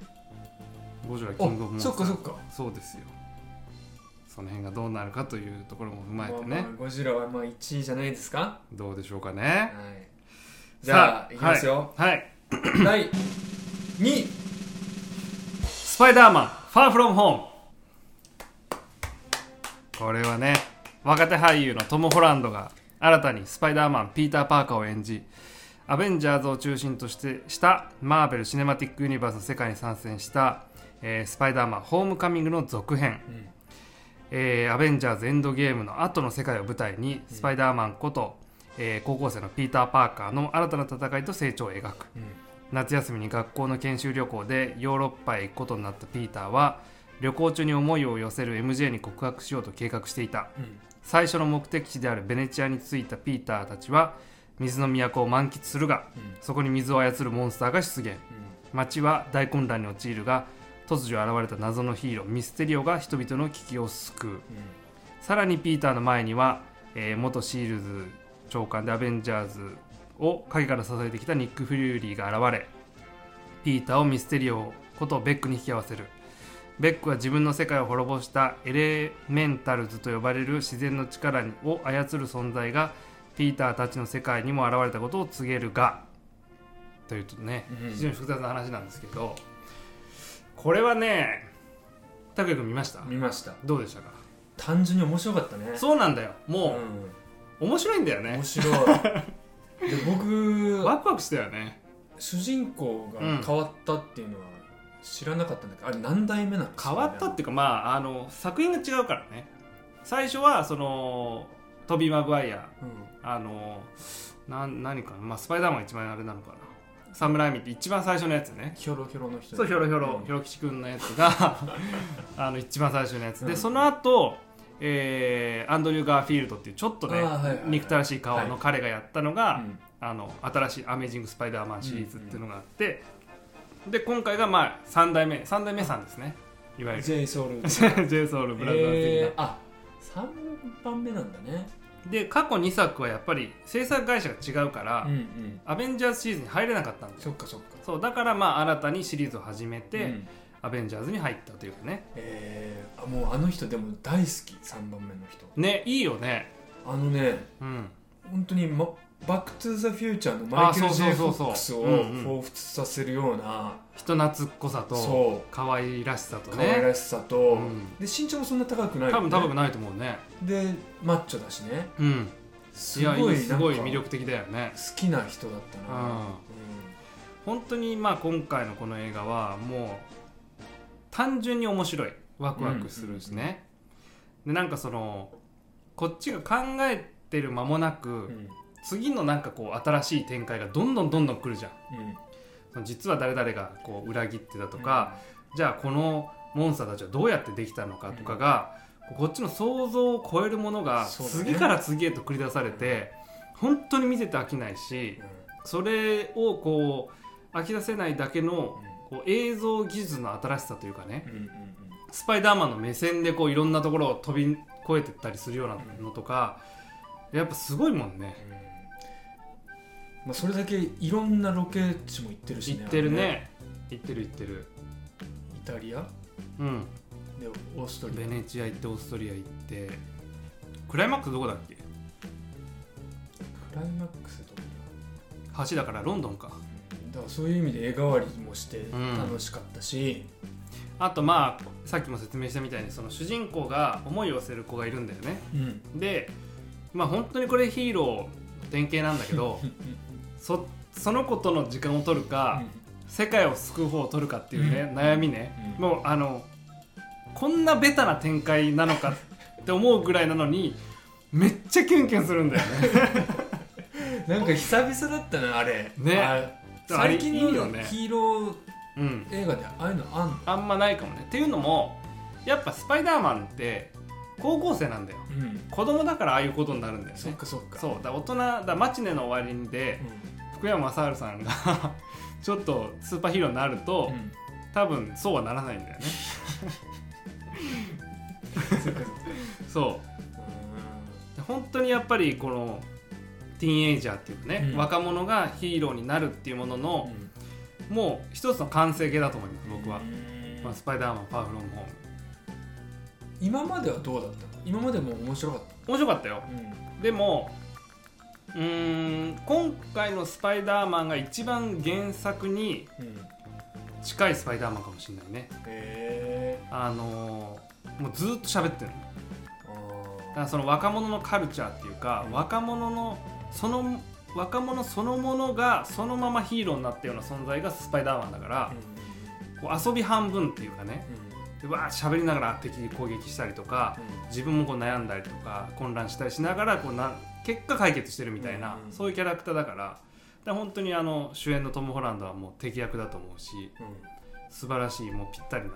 Speaker 2: ゴジラキングオ
Speaker 1: お
Speaker 2: ブモンスタ
Speaker 1: そ
Speaker 2: ー
Speaker 1: っかそっか
Speaker 2: そうですよその辺がどうなるかというところも踏まえて
Speaker 1: まあ
Speaker 2: ね
Speaker 1: まあゴジラはまあ1位じゃないですか、
Speaker 2: どうでしょうか
Speaker 1: はい
Speaker 2: ね、
Speaker 1: じゃあ
Speaker 2: さあ
Speaker 1: いきますよ、
Speaker 2: はい
Speaker 1: 第2位
Speaker 2: スパイダーマン、ファーフロムホーム。これはね、若手俳優のトム・ホランドが新たにスパイダーマン、ピーター・パーカーを演じ、アベンジャーズを中心としてしたマーベル・シネマティック・ユニバースの世界に参戦した、えースパイダーマン、ホームカミングの続編、
Speaker 1: ん
Speaker 2: えーアベンジャーズ・エンドゲームの後の世界を舞台に、スパイダーマンこと、えー高校生のピーター・パーカーの新たな戦いと成長を描く。夏休みに学校の研修旅行でヨーロッパへ行くことになったピーターは旅行中に思いを寄せる MJ に告白しようと計画していた
Speaker 1: うん
Speaker 2: 最初の目的地であるベネチアに着いたピーターたちは水の都を満喫するが
Speaker 1: うん
Speaker 2: そこに水を操るモンスターが出現街は大混乱に陥るが突如現れた謎のヒーローミステリオが人々の危機を救う
Speaker 1: うん
Speaker 2: さらにピーターの前には、えー元シールズ長官でアベンジャーズを陰から支えてきたニック・フリューリーが現れピーターをミステリオことベックに引き合わせるベックは自分の世界を滅ぼしたエレメンタルズと呼ばれる自然の力を操る存在がピーターたちの世界にも現れたことを告げるがというとね
Speaker 1: うん
Speaker 2: 非常に複雑な話なんですけどこれはね拓也君見ました
Speaker 1: うん見ました
Speaker 2: どうでしたか
Speaker 1: 単純に面白かったね
Speaker 2: そうなんだよ
Speaker 1: う
Speaker 2: も
Speaker 1: ん
Speaker 2: う、面白いんだよ
Speaker 1: 面
Speaker 2: ね
Speaker 1: 白い で僕
Speaker 2: ワクワクしたよね
Speaker 1: 主人公が変わったっていうのは知らなかったんだけど、あれ何代目なの
Speaker 2: 変わったっていうかまああの作品が違うからね最初はそのトビー・マグワイア
Speaker 1: うん
Speaker 2: あのなん何かな、まあ、スパイダーマン一番あれなのかなサムライミって一番最初のやつね
Speaker 1: ヒョロヒョロの人
Speaker 2: そうヒョロヒョロ、ヒョロ吉君のやつが あの一番最初のやつで、その後えーアンドリュー・ガーフィールドっていうちょっとね、
Speaker 1: あーはいはいはい
Speaker 2: 憎たらしい顔の彼がやったのが、
Speaker 1: うん
Speaker 2: あの新しい「アメージング・スパイダーマン」シリーズっていうのがあって、で今回がまあ3代目3代目さんですねいわゆる j
Speaker 1: ジェイ ソウル
Speaker 2: s ソ u l ブラザーズ的な
Speaker 1: えー、あ三番目なんだね
Speaker 2: で過去2作はやっぱり制作会社が違うから、
Speaker 1: うんうん
Speaker 2: アベンジャーズシリーズに入れなかったんです
Speaker 1: そ
Speaker 2: よ
Speaker 1: っかそっか
Speaker 2: そうだからまあ新たにシリーズを始めて、
Speaker 1: うん
Speaker 2: アベンジャーズに入ったというかね
Speaker 1: えー、あもうあの人でも大好き三番目の人
Speaker 2: ねいいよね
Speaker 1: あのね
Speaker 2: うん
Speaker 1: 本当に、ま、バック・トゥ・ザ・フューチャーのマイケル・
Speaker 2: あ
Speaker 1: J ・
Speaker 2: そう
Speaker 1: フ
Speaker 2: そう
Speaker 1: ォッ
Speaker 2: そう
Speaker 1: クス
Speaker 2: そう
Speaker 1: を
Speaker 2: うんうん
Speaker 1: 彷彿させるような、
Speaker 2: 人懐っこさと
Speaker 1: そ
Speaker 2: 可愛らしさと
Speaker 1: う可愛
Speaker 2: ね
Speaker 1: らしさと、
Speaker 2: うん
Speaker 1: で身長もそんな高くない
Speaker 2: 多
Speaker 1: よ
Speaker 2: 分
Speaker 1: ね、
Speaker 2: 高くないと思うね
Speaker 1: でマッチョだしね
Speaker 2: うん
Speaker 1: す
Speaker 2: いや
Speaker 1: ごい
Speaker 2: すごい
Speaker 1: なんか
Speaker 2: 魅力的だよね
Speaker 1: 好きな人だった
Speaker 2: う
Speaker 1: な、うん
Speaker 2: ん本当にまあ今回のこの映画はもう単純に面白いワクワクするしね、でなんかそのこっちが考えてる間もなく、
Speaker 1: うん
Speaker 2: 次のなんかこう新しい展開がどんどんどんどん来るじゃんその実は誰々がこう裏切ってたとか、、じゃあこのモンスターたちはどうやってできたのかとかが、こっちの想像を超えるものが
Speaker 1: そうだね
Speaker 2: 次から次へと繰り出されて、本当に見てて飽きないし
Speaker 1: うんうん
Speaker 2: それをこう飽き出せないだけのこう映像技術の新しさというかね
Speaker 1: うんうん
Speaker 2: スパイダーマンの目線でこういろんなところを飛び越えてったりするようなのとかやっぱすごいもんね
Speaker 1: うんうんまあ、それだけいろんなロケ地も行ってるし
Speaker 2: 行
Speaker 1: ね
Speaker 2: ってる
Speaker 1: あれ
Speaker 2: ね行ってる行ってる
Speaker 1: イタリア
Speaker 2: うん
Speaker 1: でオーストリ
Speaker 2: ベネチア行ってオーストリア行ってクライマックスどこだっけ
Speaker 1: アクライマックスとか
Speaker 2: 橋だからロンドンか
Speaker 1: だからそういう意味で絵代わりもして
Speaker 2: ん
Speaker 1: 楽しかったし、
Speaker 2: あとまあさっきも説明したみたいにその主人公が思いを寄せる子がいるんだよね
Speaker 1: うん
Speaker 2: でまあ本当にこれヒーロー典型なんだけどそ その子との時間を取るか、世界を救う方を取るかっていうね、悩みね、
Speaker 1: うん
Speaker 2: もうあのこんなベタな展開なのかって思うぐらいなのにめっちゃキュンキュンするんだよね
Speaker 1: なんか久々だったなあれ
Speaker 2: ね
Speaker 1: あ
Speaker 2: あれ
Speaker 1: 最近
Speaker 2: いいよ
Speaker 1: の
Speaker 2: ね
Speaker 1: ヒーロー
Speaker 2: うん
Speaker 1: 映画でああいうのあんの
Speaker 2: あんまないかもねっていうのもやっぱスパイダーマンって高校生なんだよ
Speaker 1: うん
Speaker 2: 子供だからああいうことになるんだよ
Speaker 1: そっ
Speaker 2: ね
Speaker 1: かそっか
Speaker 2: そうだ大人だマチネの終わりにで福山雅治さんが ちょっとスーパーヒーローになると、
Speaker 1: うん
Speaker 2: 多分そうはならないんだよね
Speaker 1: そっかそっか
Speaker 2: そう本当にやっぱりこのティーンエイジャーっていうかね、
Speaker 1: うん
Speaker 2: 若者がヒーローになるっていうもの
Speaker 1: う
Speaker 2: の、
Speaker 1: ん
Speaker 2: もう一つの完成形だと思います僕は、
Speaker 1: うん
Speaker 2: まあ、スパイダーマンパワーフロムホーム
Speaker 1: 今まではどうだったの今までも面白かっ
Speaker 2: 面白かったよ
Speaker 1: たうん
Speaker 2: でもうーん今回のスパイダーマンが一番原作に
Speaker 1: うんへ
Speaker 2: 近いスパイダーマンかもしれないね
Speaker 1: え
Speaker 2: あのーもうずっと喋ってるのだか
Speaker 1: あ
Speaker 2: らその若者のカルチャーっていうか、
Speaker 1: うん
Speaker 2: 若者のその若者そのものがそのままヒーローになったような存在がスパイダーマンだから
Speaker 1: ーう、ん
Speaker 2: こう遊び半分っていうかね
Speaker 1: うん
Speaker 2: でわー喋りながら敵に攻撃したりとか自分もこう悩んだりとか混乱したりしながらこうな結果解決してるみたいな、
Speaker 1: うん
Speaker 2: そういうキャラクターだからだから本当にあの主演のトム・ホランドはもう敵役だと思うし
Speaker 1: うんうん
Speaker 2: 素晴らしいもうぴったりな、
Speaker 1: ね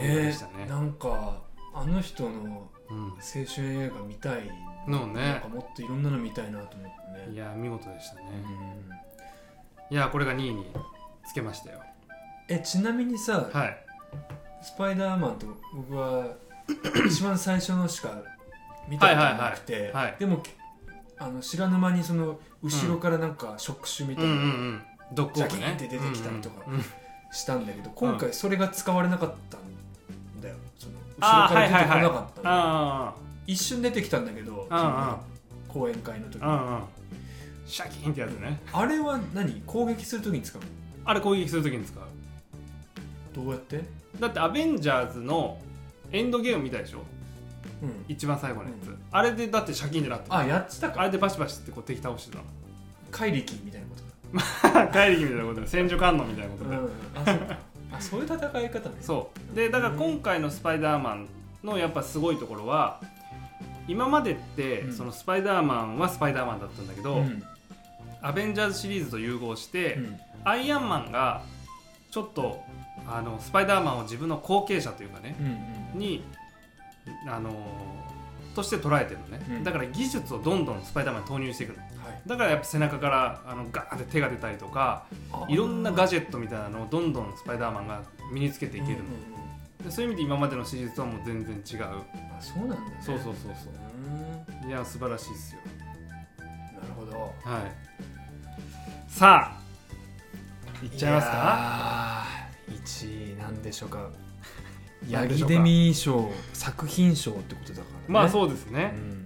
Speaker 1: え
Speaker 2: でしたね
Speaker 1: なんかあの人の
Speaker 2: うん
Speaker 1: 青春映画見たい
Speaker 2: の
Speaker 1: なん
Speaker 2: ね
Speaker 1: かもっといろんなの見たいなと思ってね
Speaker 2: いや見事でしたね、
Speaker 1: うん
Speaker 2: いやこれが2位につけましたよ
Speaker 1: えちなみにさ
Speaker 2: はい
Speaker 1: スパイダーマンと僕は一番最初のしか見たことなくて
Speaker 2: はいはい
Speaker 1: でもあの知らぬ間にその後ろからなんか触手み
Speaker 2: う
Speaker 1: た
Speaker 2: ん
Speaker 1: い
Speaker 2: うんう
Speaker 1: なん
Speaker 2: ドッグウォー
Speaker 1: ジャキ
Speaker 2: ク
Speaker 1: ン
Speaker 2: ね
Speaker 1: って出てきたりとか
Speaker 2: うんうんうん
Speaker 1: したんだけど今回それが使われなかったんだよその後ろ
Speaker 2: あー
Speaker 1: から出てこ
Speaker 2: はい
Speaker 1: な
Speaker 2: はい
Speaker 1: かったの
Speaker 2: あ
Speaker 1: 一瞬出てきたんだけどそ
Speaker 2: うんうん
Speaker 1: の講演会の時
Speaker 2: あうんうんシャキーンってやつね
Speaker 1: あれは何攻撃する時に使うの
Speaker 2: あれ攻撃するときに使う
Speaker 1: どうやって
Speaker 2: だってアベンジャーズのエンドゲーム見たでしょ
Speaker 1: うん
Speaker 2: 一番最後のやつ、
Speaker 1: うん
Speaker 2: あれでだってシャキーンってなってた
Speaker 1: あやってた
Speaker 2: あ
Speaker 1: か
Speaker 2: れでバシバシってこう敵倒して
Speaker 1: 怪力みたいなこと
Speaker 2: た怪力みたいなことで戦場観音みたいなこと
Speaker 1: う
Speaker 2: で、
Speaker 1: ん、あそうあそういう戦い方ね
Speaker 2: そうでだから今回の「スパイダーマン」のやっぱすごいところは今までって、
Speaker 1: うん
Speaker 2: そのスパイダーマンはスパイダーマンだったんだけど、
Speaker 1: うん
Speaker 2: アベンジャーズシリーズと融合して、
Speaker 1: うん
Speaker 2: アイアンマンがちょっとあのスパイダーマンを自分の後継者というかね
Speaker 1: うん
Speaker 2: にあのとして捉えてるのね、
Speaker 1: うん
Speaker 2: だから技術をどんどんスパイダーマンに投入していくの
Speaker 1: うんはい
Speaker 2: だからやっぱ背中からあのガーンって手が出たりとか
Speaker 1: あ
Speaker 2: いろんなガジェットみたいなのをどんどんスパイダーマンが身につけていけるの、
Speaker 1: うんうん
Speaker 2: でそういう意味で今までのシリーズとはもう全然違
Speaker 1: うん
Speaker 2: う、
Speaker 1: あそうなんだね
Speaker 2: そうそううそうそ
Speaker 1: んな
Speaker 2: ういや素晴らしいですよ
Speaker 1: るほど
Speaker 2: はいさあいっちゃいますか
Speaker 1: いやー1位なんでしょうか
Speaker 2: な
Speaker 1: ヤ
Speaker 2: んでし
Speaker 1: ギ
Speaker 2: ょうか
Speaker 1: デミー賞作品賞ってことだからね
Speaker 2: まあそうですね、
Speaker 1: うん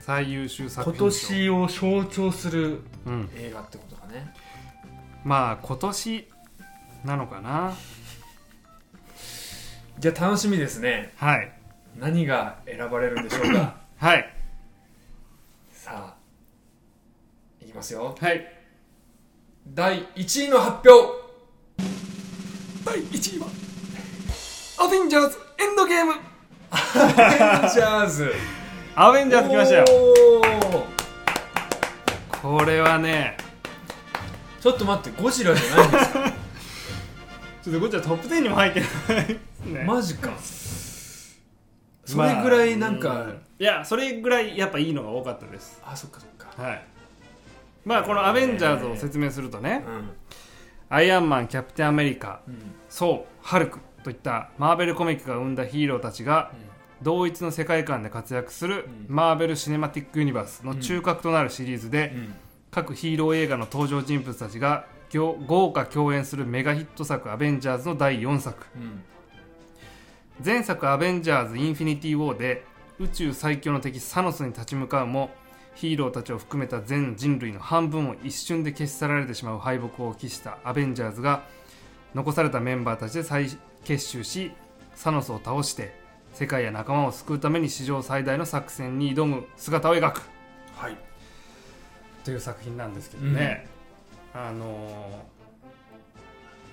Speaker 2: 最優秀作
Speaker 1: 今
Speaker 2: 品賞
Speaker 1: 年を象徴する
Speaker 2: うん、
Speaker 1: 映画ってことかね
Speaker 2: まあ今年なのかな
Speaker 1: じゃあ楽しみですね
Speaker 2: はい
Speaker 1: 何が選ばれるんでしょうか
Speaker 2: はい
Speaker 1: さあいきますよ
Speaker 2: はい
Speaker 1: 第1位の発表
Speaker 2: 第1位は「アベンジャーズエンドゲーム
Speaker 1: アベンジャー ズ」
Speaker 2: アベンジャーズ来ましたよ
Speaker 1: おー
Speaker 2: これはね
Speaker 1: ちょっと待ってゴジラじゃないん ですか
Speaker 2: ちょっとこっちはトップ10にも入ってないですね
Speaker 1: マジかそれぐらいなんか、
Speaker 2: まあういやそれぐらいやっぱいいのが多かったです
Speaker 1: あそっかそっか
Speaker 2: はいまあこの「アベンジャーズ」を説明するとね
Speaker 1: うん
Speaker 2: アイアンマンキャプテンアメリカ
Speaker 1: うん
Speaker 2: ソウハルクといったマーベルコミックが生んだヒーローたちが同一の世界観で活躍する
Speaker 1: うん
Speaker 2: マーベル・シネマティック・ユニバースの中核となるシリーズで、
Speaker 1: うん
Speaker 2: 各ヒーロー映画の登場人物たちが強豪華共演するメガヒット作「アベンジャーズ」の第4作
Speaker 1: うん
Speaker 2: 前作「アベンジャーズ・インフィニティ・ウォー」で宇宙最強の敵サノスに立ち向かうもヒーローたちを含めた全人類の半分を一瞬で消し去られてしまう敗北を喫したアベンジャーズが残されたメンバーたちで再結集しサノスを倒して世界や仲間を救うために史上最大の作戦に挑む姿を描く
Speaker 1: はい
Speaker 2: という作品なんですけどね、あのー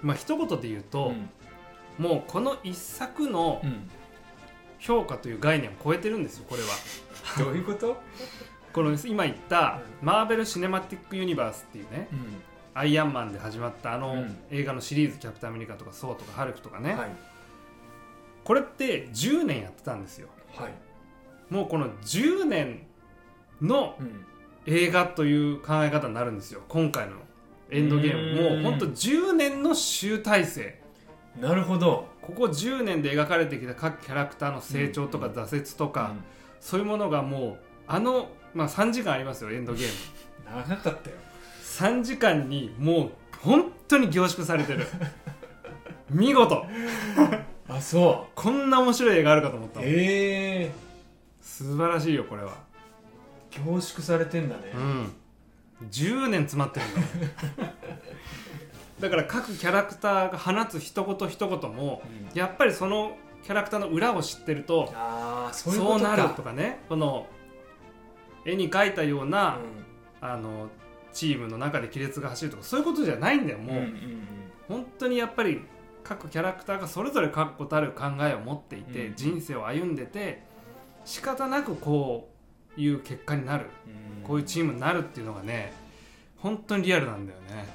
Speaker 2: まあ一言で言うと、もうこの一作の
Speaker 1: うん
Speaker 2: 評価という概念を超えてるんですよこれは
Speaker 1: どういうこと
Speaker 2: この今言ったマーベル・シネマティック・ユニバースっていう ね
Speaker 1: うん
Speaker 2: アイアンマンで始まったあの、
Speaker 1: うん
Speaker 2: 映画のシリーズ「キャプテンアメリカ」とか「ソー」とか「ハルク」とかね、
Speaker 1: はい
Speaker 2: これって10年やってたんですよ
Speaker 1: はい
Speaker 2: もうこの10年の
Speaker 1: うん
Speaker 2: 映画という考え方になるんですよ今回のエンドゲーム
Speaker 1: うん
Speaker 2: もうほんと10年の集大成
Speaker 1: なるほど
Speaker 2: ここ10年で描かれてきた各キャラクターの成長とか
Speaker 1: うん
Speaker 2: 挫折とか、そういうものがもうあの、まあ、3時間ありますよエンドゲーム
Speaker 1: うん長かったよ
Speaker 2: 3時間にもう本当に凝縮され てる見事
Speaker 1: あそ
Speaker 2: こんな面白い映画あるかと思っ
Speaker 1: う
Speaker 2: たもん
Speaker 1: へえ
Speaker 2: 素晴らしいよこれは
Speaker 1: 凝縮されてんだね
Speaker 2: うん10年詰まってるんだもん だから各キャラクターが放つ一言一言も
Speaker 1: うん
Speaker 2: やっぱりそのキャラクターの裏を知ってると
Speaker 1: ああそ
Speaker 2: そう
Speaker 1: いうこ
Speaker 2: う
Speaker 1: と
Speaker 2: な
Speaker 1: か
Speaker 2: るとかねこの絵に描いたような、あのチームの中で亀裂が走るとかそういうことじゃないんだよ
Speaker 1: うん
Speaker 2: もう、
Speaker 1: うんうん
Speaker 2: 本当にやっぱり各キャラクターがそれぞれ確固たる考えを持っていて、
Speaker 1: うん
Speaker 2: 人生を歩んでて仕方なくこういう結果になる
Speaker 1: うん
Speaker 2: こういうチームになるっていうのがね本当にリアルなんだよね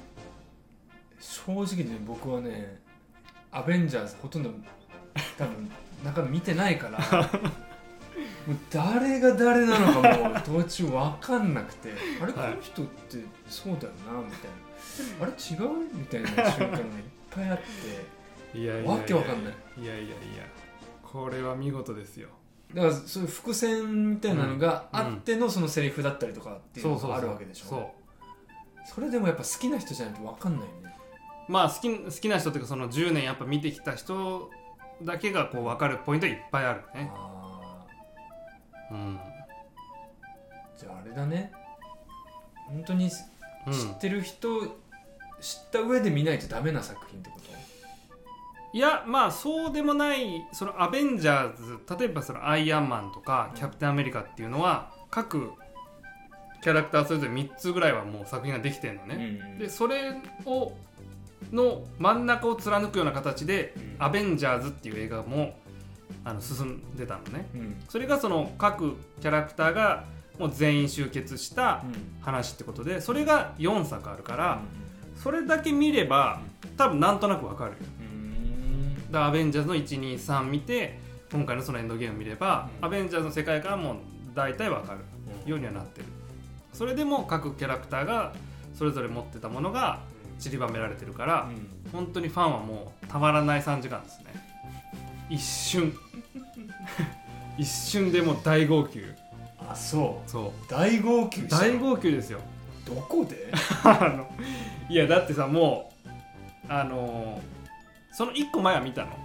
Speaker 1: 正直ね僕はねアベンジャーズほとんど多分中身見てないから もう誰が誰なのかもう途中分かんなく てあれこ
Speaker 2: はい
Speaker 1: の人ってそうだよなみたいなあれ違うみたいな瞬間がいっぱいあっ
Speaker 2: いや
Speaker 1: てわけわかんない
Speaker 2: いやいやいやこれは見事ですよ
Speaker 1: だからそういう伏線みたいなのが
Speaker 2: うん
Speaker 1: あってのそのセリフだったりとかっていうのがあるわけでしょ
Speaker 2: そう
Speaker 1: それでもやっぱ好きな人じゃないと分かんないよね
Speaker 2: まあ好き好きな人っていうかその10年やっぱ見てきた人だけがこう分かるポイントはいっぱいあるね、
Speaker 1: あー
Speaker 2: うん
Speaker 1: じゃああれだね本当に
Speaker 2: うん、
Speaker 1: 知ってる人知った上で見ないとダメな作品ってこと
Speaker 2: いやまあそうでもないそのアベンジャーズ例えばそのアイアンマンとか
Speaker 1: うん
Speaker 2: キャプテンアメリカっていうのは各キャラクターそれぞれ3つぐらいはもう作品ができてるのね、でそれをの真ん中を貫くような形で「アベンジャーズ」っていう映画もあの進んでたのね
Speaker 1: うんうん
Speaker 2: それがその各キャラクターがもう全員集結した
Speaker 1: うん
Speaker 2: 話ってことでそれが4作あるからそれだけ見れば多分なんとなくわかるよ
Speaker 1: うん
Speaker 2: だからアベンジャーズの123見て今回のそのエンドゲーム見れば、
Speaker 1: うん
Speaker 2: アベンジャーズの世界観も大体わかるようにはなってるそれでも各キャラクターがそれぞれ持ってたものが散りばめられてるから、
Speaker 1: うん
Speaker 2: 本当にファンはもうたまらない3時間ですね 一瞬一瞬でもう大号泣
Speaker 1: あそ
Speaker 2: そう
Speaker 1: 大号泣
Speaker 2: う
Speaker 1: した
Speaker 2: 大号泣ですよ
Speaker 1: どこで
Speaker 2: あのいやだってさもうあのーその1個前は見たの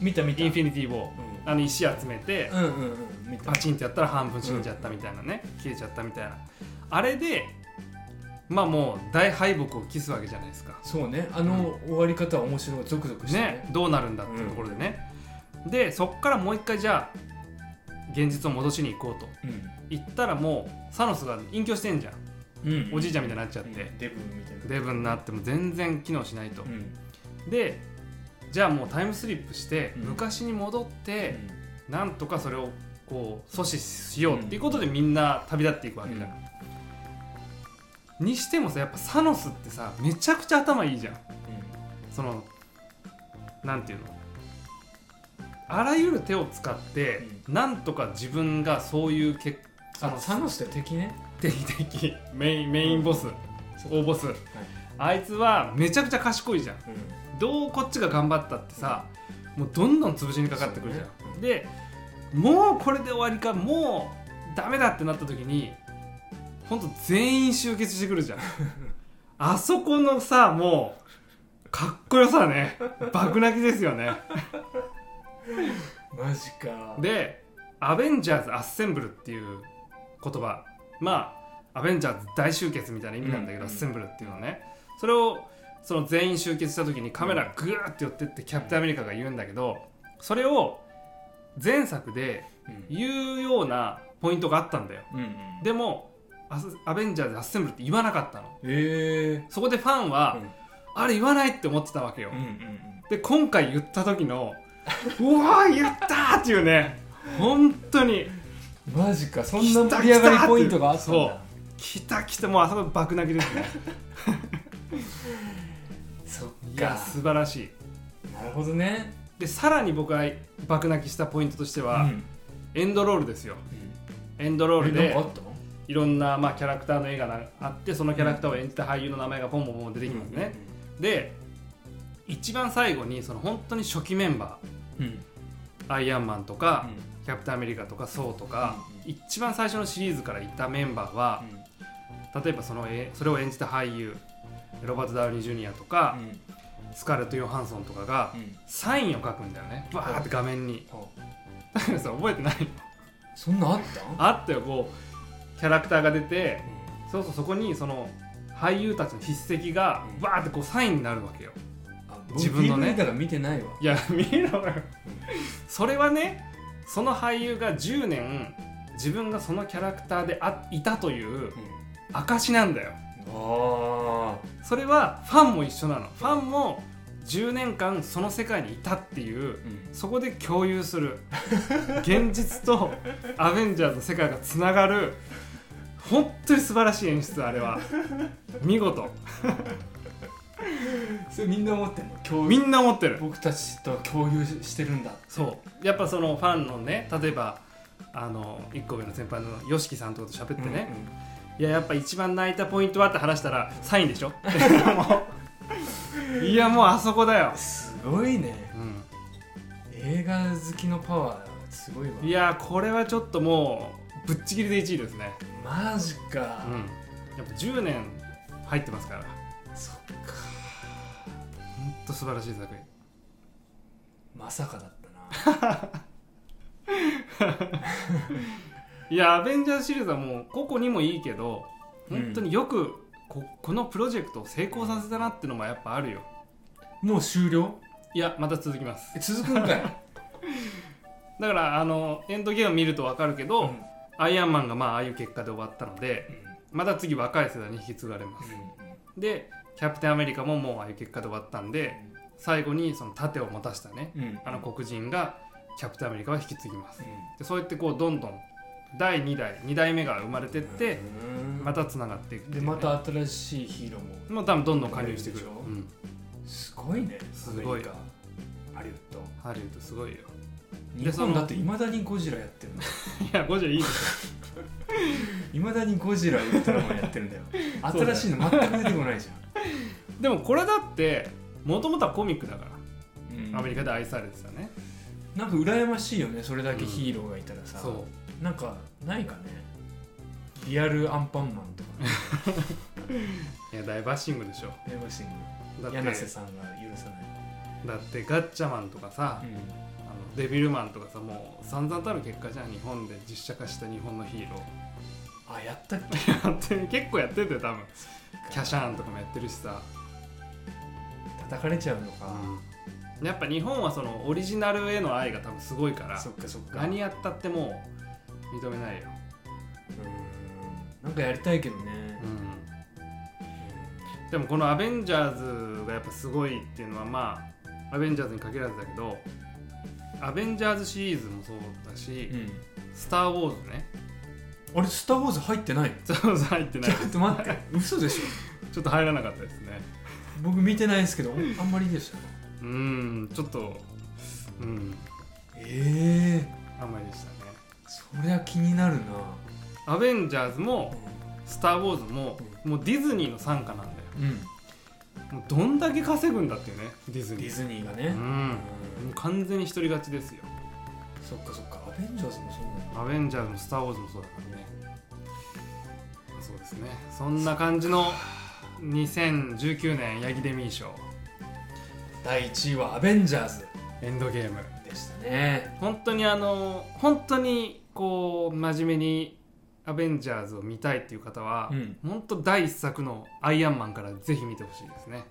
Speaker 1: 見た見た
Speaker 2: インフィニティ・ウォーあの石集めて、
Speaker 1: うんうんうんうん見た
Speaker 2: パチンってやったら半分死んじゃったみたいなね、消えちゃったみたいなあれでまあもう大敗北を期すわけじゃないですか
Speaker 1: そうねあの終わり方は面白いゾクゾクして
Speaker 2: ねどうなるんだっていうところでね、でそっからもう一回じゃあ現実を戻しに行こうと言ったらもうサノスが隠居してんじゃん
Speaker 1: うんうん
Speaker 2: おじいちゃんみ
Speaker 1: た
Speaker 2: たいになっちゃって、
Speaker 1: デブみたいな
Speaker 2: デブになっても全然機能しないと
Speaker 1: う、ん
Speaker 2: でじゃあもうタイムスリップして
Speaker 1: うん
Speaker 2: 昔に戻って、
Speaker 1: う
Speaker 2: なんとかそれをこう阻止しようっていうことでみんな旅立っていくわけだから、にしてもさやっぱサノスってさめちゃくちゃ頭いいじゃん
Speaker 1: ん
Speaker 2: そのなんていうのあらゆる手を使って、なんとか自分がそういう結
Speaker 1: あのサノスって敵ね
Speaker 2: 定的メインメインボス、
Speaker 1: そう
Speaker 2: 大ボス、あいつはめちゃくちゃ賢いじゃん
Speaker 1: うん
Speaker 2: どうこっちが頑張ったってさ、もうどんどん潰しにかかってくるじゃん、
Speaker 1: そうね
Speaker 2: でもうこれで終わりかもうダメだってなった時にほんと全員集結してくるじゃんあそこのさもうかっこよさね爆泣きですよね
Speaker 1: マジか
Speaker 2: で「アベンジャーズ・アッセンブル」っていう言葉まあアベンジャーズ大集結みたいな意味なんだけど、
Speaker 1: うん
Speaker 2: アッセンブルっていうのねそれをその全員集結した時にカメラグーって寄ってってキャプテンアメリカが言うんだけどそれを前作で
Speaker 1: うん
Speaker 2: 言うようなポイントがあったんだよ
Speaker 1: うんうん
Speaker 2: でもアスアベンジャーズアッセンブルって言わなかったの
Speaker 1: え
Speaker 2: そこでファンは、
Speaker 1: うん
Speaker 2: あれ言わないって思ってたわけ
Speaker 1: ー
Speaker 2: よ、
Speaker 1: うんうん
Speaker 2: で今回言った時のうわー言ったーっていうね本当に
Speaker 1: うんマジかそんな盛り上がりポイントがあったん
Speaker 2: そう
Speaker 1: だ
Speaker 2: 来た来たもうあそこ爆泣きですね
Speaker 1: そっ
Speaker 2: いや
Speaker 1: か
Speaker 2: 素晴らしい
Speaker 1: なるほどね
Speaker 2: でさらに僕が爆泣きしたポイントとしては、
Speaker 1: うん
Speaker 2: エンドロールですよ
Speaker 1: うん
Speaker 2: エンドロール
Speaker 1: えなん
Speaker 2: で
Speaker 1: かあったの
Speaker 2: いろんな、まあ、キャラクターの映画があってそのキャラクターを演じた俳優の名前がポンポンポン出てきますね、で一番最後にその本当に初期メンバ
Speaker 1: うんうん
Speaker 2: ーアイアンマンとか、キャプテンアメリカとかソーとか、
Speaker 1: う
Speaker 2: 一番最初のシリーズからいたメンバーは例えばそのえそれを演じた俳優ロバート・ダウニー・ジュニアとか、
Speaker 1: うん
Speaker 2: スカーレット・ヨハンソンとかが
Speaker 1: うん
Speaker 2: サインを書くんだよねバーって画面に
Speaker 1: はあ
Speaker 2: だからさ覚えてない
Speaker 1: そんなんあった
Speaker 2: あったよこうキャラクターが出てそうそうそこにその俳優たちの筆跡が
Speaker 1: うん
Speaker 2: バーってこうサインになるわけよ
Speaker 1: あ
Speaker 2: 自分のね
Speaker 1: 僕 DVD から見てないわ
Speaker 2: いや見ろよそれはねその俳優が10年自分がそのキャラクターであいたという証なんだよ
Speaker 1: あ
Speaker 2: それはファンも一緒なのファンも10年間その世界にいたっていう
Speaker 1: ーうん
Speaker 2: そこで共有する現実とアベンジャーズの世界がつながる本当に素晴らしい演出あれは見事
Speaker 1: それみんな思ってんの共
Speaker 2: み
Speaker 1: 有
Speaker 2: んな思ってる
Speaker 1: 僕たちと共有ししてるんだ
Speaker 2: そうやっぱそのファンのね例えばあの1個上の先輩の YOSHIKI さんとかと喋ってね、いややっぱ一番泣いたポイントはって話したらサインでしょ もういやもうあそこだよ
Speaker 1: うん、すごいね
Speaker 2: うん
Speaker 1: 映画好きのパワーがすごいわ
Speaker 2: いやこれはちょっともうぶっちぎりで1位ですね
Speaker 1: マジ
Speaker 2: う
Speaker 1: か、
Speaker 2: んやっぱ10年入ってますから
Speaker 1: そっか
Speaker 2: ほんと素晴らしい作品
Speaker 1: まさかだったない
Speaker 2: やアベンジャーズシリーズはもう個々にもいいけど本当によくここのプロジェクトを成功させたなってのもやっぱあるよ
Speaker 1: もう終了
Speaker 2: いやまた続きます
Speaker 1: え続くんか い、
Speaker 2: だからあのエンドゲーム見ると分かるけ
Speaker 1: う
Speaker 2: ど、
Speaker 1: ん
Speaker 2: アイアンマンがまあああいう結果で終わったのでまた次若い世代に引き継がれますでキャプテンアメリカももうああいう結果で終わったんで最後にその盾を持たしたね
Speaker 1: うんうんうん
Speaker 2: あの黒人がキャプテンアメリカは引き継ぎます
Speaker 1: う
Speaker 2: でそうやってこうどんどん第2代2代目が生まれてっ
Speaker 1: ん
Speaker 2: て
Speaker 1: うん
Speaker 2: またつながっていくってい
Speaker 1: で
Speaker 2: うね
Speaker 1: また新しいヒーローも
Speaker 2: もう多分どんどん加入してく
Speaker 1: で
Speaker 2: る
Speaker 1: しょ
Speaker 2: うん
Speaker 1: すごいね
Speaker 2: すごい
Speaker 1: アメリカハリウッド
Speaker 2: ハリウッドすごいよ
Speaker 1: 日
Speaker 2: その
Speaker 1: 本だっていまだにゴジラやってるの
Speaker 2: いやゴジラいいです
Speaker 1: いまだにゴジラウルトラマンやってる んだよ
Speaker 2: そうだよ
Speaker 1: 新しいの全く出てこないじ
Speaker 2: でもこれだってもともとはコミックだから
Speaker 1: ゃん、うん
Speaker 2: アメリカで愛されてたね
Speaker 1: なんか羨ましいよねそれだけヒーローがいたらさ、
Speaker 2: そ
Speaker 1: なんかないかねリアルアンパンマンとかね
Speaker 2: ういや大バッシングでしょ
Speaker 1: 羨ましいね
Speaker 2: だって
Speaker 1: 柳瀬さんが許さない、
Speaker 2: だってガッチャマンとかさあのデビルマンとかさもう散々たる結果じゃん日本で実写化した日本のヒーロー
Speaker 1: あやったっけ
Speaker 2: やってる結構やってて多分キャシャーンとかもやってるしさ、
Speaker 1: 叩かれちゃうのか、
Speaker 2: やっぱ日本はそのオリジナルへの愛が多分すごいから
Speaker 1: そっかそっか
Speaker 2: 何やったってもう認めないよ、
Speaker 1: うんなんかやりたいけどね、
Speaker 2: でもこの「アベンジャーズ」がやっぱすごいっていうのはまあ「アベンジャーズ」に限らずだけど「アベンジャーズ」シリーズもそうだし
Speaker 1: うん
Speaker 2: 「スター・ウォーズね」
Speaker 1: あれスター・ウォーズ入ってないの
Speaker 2: スター・ウォーズ入ってない
Speaker 1: ちょっと待って嘘でしょ
Speaker 2: ちょっと入らなかったですね
Speaker 1: 僕見てないですけどあんまりいいでした
Speaker 2: うんちょっとうん
Speaker 1: ええ
Speaker 2: あんまりでしたね
Speaker 1: そりゃ気になるな
Speaker 2: アベンジャーズも「スター・ウォーズも」もうディズニーの傘下なんだよ
Speaker 1: うん
Speaker 2: もうどんだけ稼ぐんだっていうねディズ
Speaker 1: デ
Speaker 2: ニ
Speaker 1: ィ
Speaker 2: ー
Speaker 1: ズニーがね、
Speaker 2: うんもう完全に独り勝ちですよ
Speaker 1: そっかそっかアベンジャーズもそうなんだ
Speaker 2: アベンジャーズも「スター・ウォーズ」もそうだからねそうですねそんな感じの2019年ヤギデミー賞
Speaker 1: 第1位はアベンジャーズ
Speaker 2: エンドゲーム
Speaker 1: でしたね
Speaker 2: 本当にあの本当にこう真面目にアベンジャーズを見たいっていう方は、
Speaker 1: うん
Speaker 2: 本当第一作のアイアンマンからぜひ見てほしいですね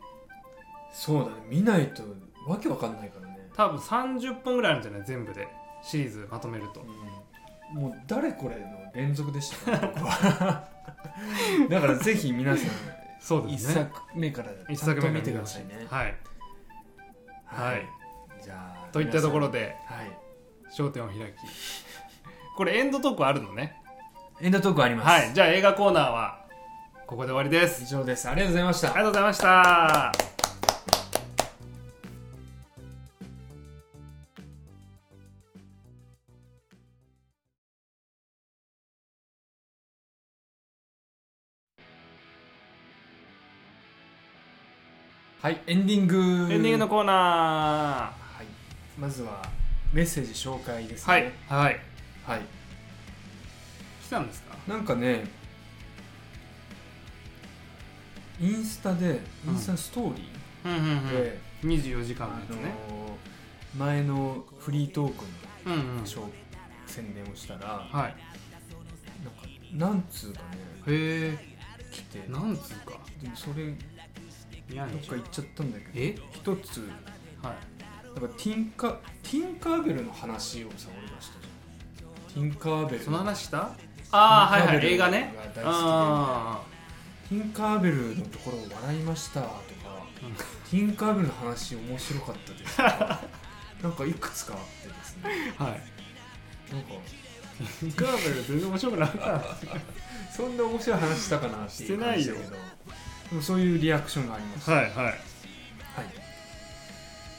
Speaker 1: そうだね見ないとわけわかんないからね、
Speaker 2: 多分30本ぐらいあるんじゃない全部でシリーズまとめると
Speaker 1: うん、もう誰これの連続でしたから僕 は だからぜひ皆さん
Speaker 2: そうで
Speaker 1: 一
Speaker 2: すね
Speaker 1: 作目から
Speaker 2: 一
Speaker 1: ちゃんと
Speaker 2: から
Speaker 1: 見てくださいね
Speaker 2: はいはい、
Speaker 1: じゃあ
Speaker 2: といったところで
Speaker 1: 皆さんはい
Speaker 2: 焦点を開きこれエンドトークあるのね
Speaker 1: エンドトークあります、
Speaker 2: はいじゃあ映画コーナーはここで終わりです
Speaker 1: 以上ですありがとうございました
Speaker 2: ありがとうございました
Speaker 1: はいエンディング
Speaker 2: エンディングのコーナ
Speaker 1: はい、まずはメッセージ紹介です
Speaker 2: ーはい
Speaker 1: ね
Speaker 2: はい
Speaker 1: はい、
Speaker 2: 来たんですか
Speaker 1: なんかねインスタでインスタストーリ
Speaker 2: うんうんうん
Speaker 1: ーで、
Speaker 2: 24時間の
Speaker 1: あ
Speaker 2: やつ
Speaker 1: のー
Speaker 2: ね
Speaker 1: 前のフリートーク
Speaker 2: うんうん
Speaker 1: の紹宣伝をしたらなんか
Speaker 2: はい
Speaker 1: 何通かね
Speaker 2: へ
Speaker 1: 来て
Speaker 2: えなんつうか
Speaker 1: でもそれど
Speaker 2: いや
Speaker 1: っか行っちゃったんだけど
Speaker 2: え
Speaker 1: 一つ
Speaker 2: はい
Speaker 1: なんかティンカティンカーベルの話をさ俺がしたじゃんティンカーベル
Speaker 2: その話したああ
Speaker 1: ティン
Speaker 2: はい
Speaker 1: カー
Speaker 2: はい
Speaker 1: ベル
Speaker 2: 映画ね
Speaker 1: が大好きで
Speaker 2: あ
Speaker 1: ティンカーベルのところを笑いましたとか、
Speaker 2: うん
Speaker 1: ティンカーベルの話面白かったですと かなんかいくつかあってですね
Speaker 2: あはい
Speaker 1: なんか
Speaker 2: ガーベル全然面白くなかった
Speaker 1: そんな面白い話したかなっていう感じだけ
Speaker 2: して
Speaker 1: どでもそういうリアクションがありました、
Speaker 2: はいはい
Speaker 1: はい、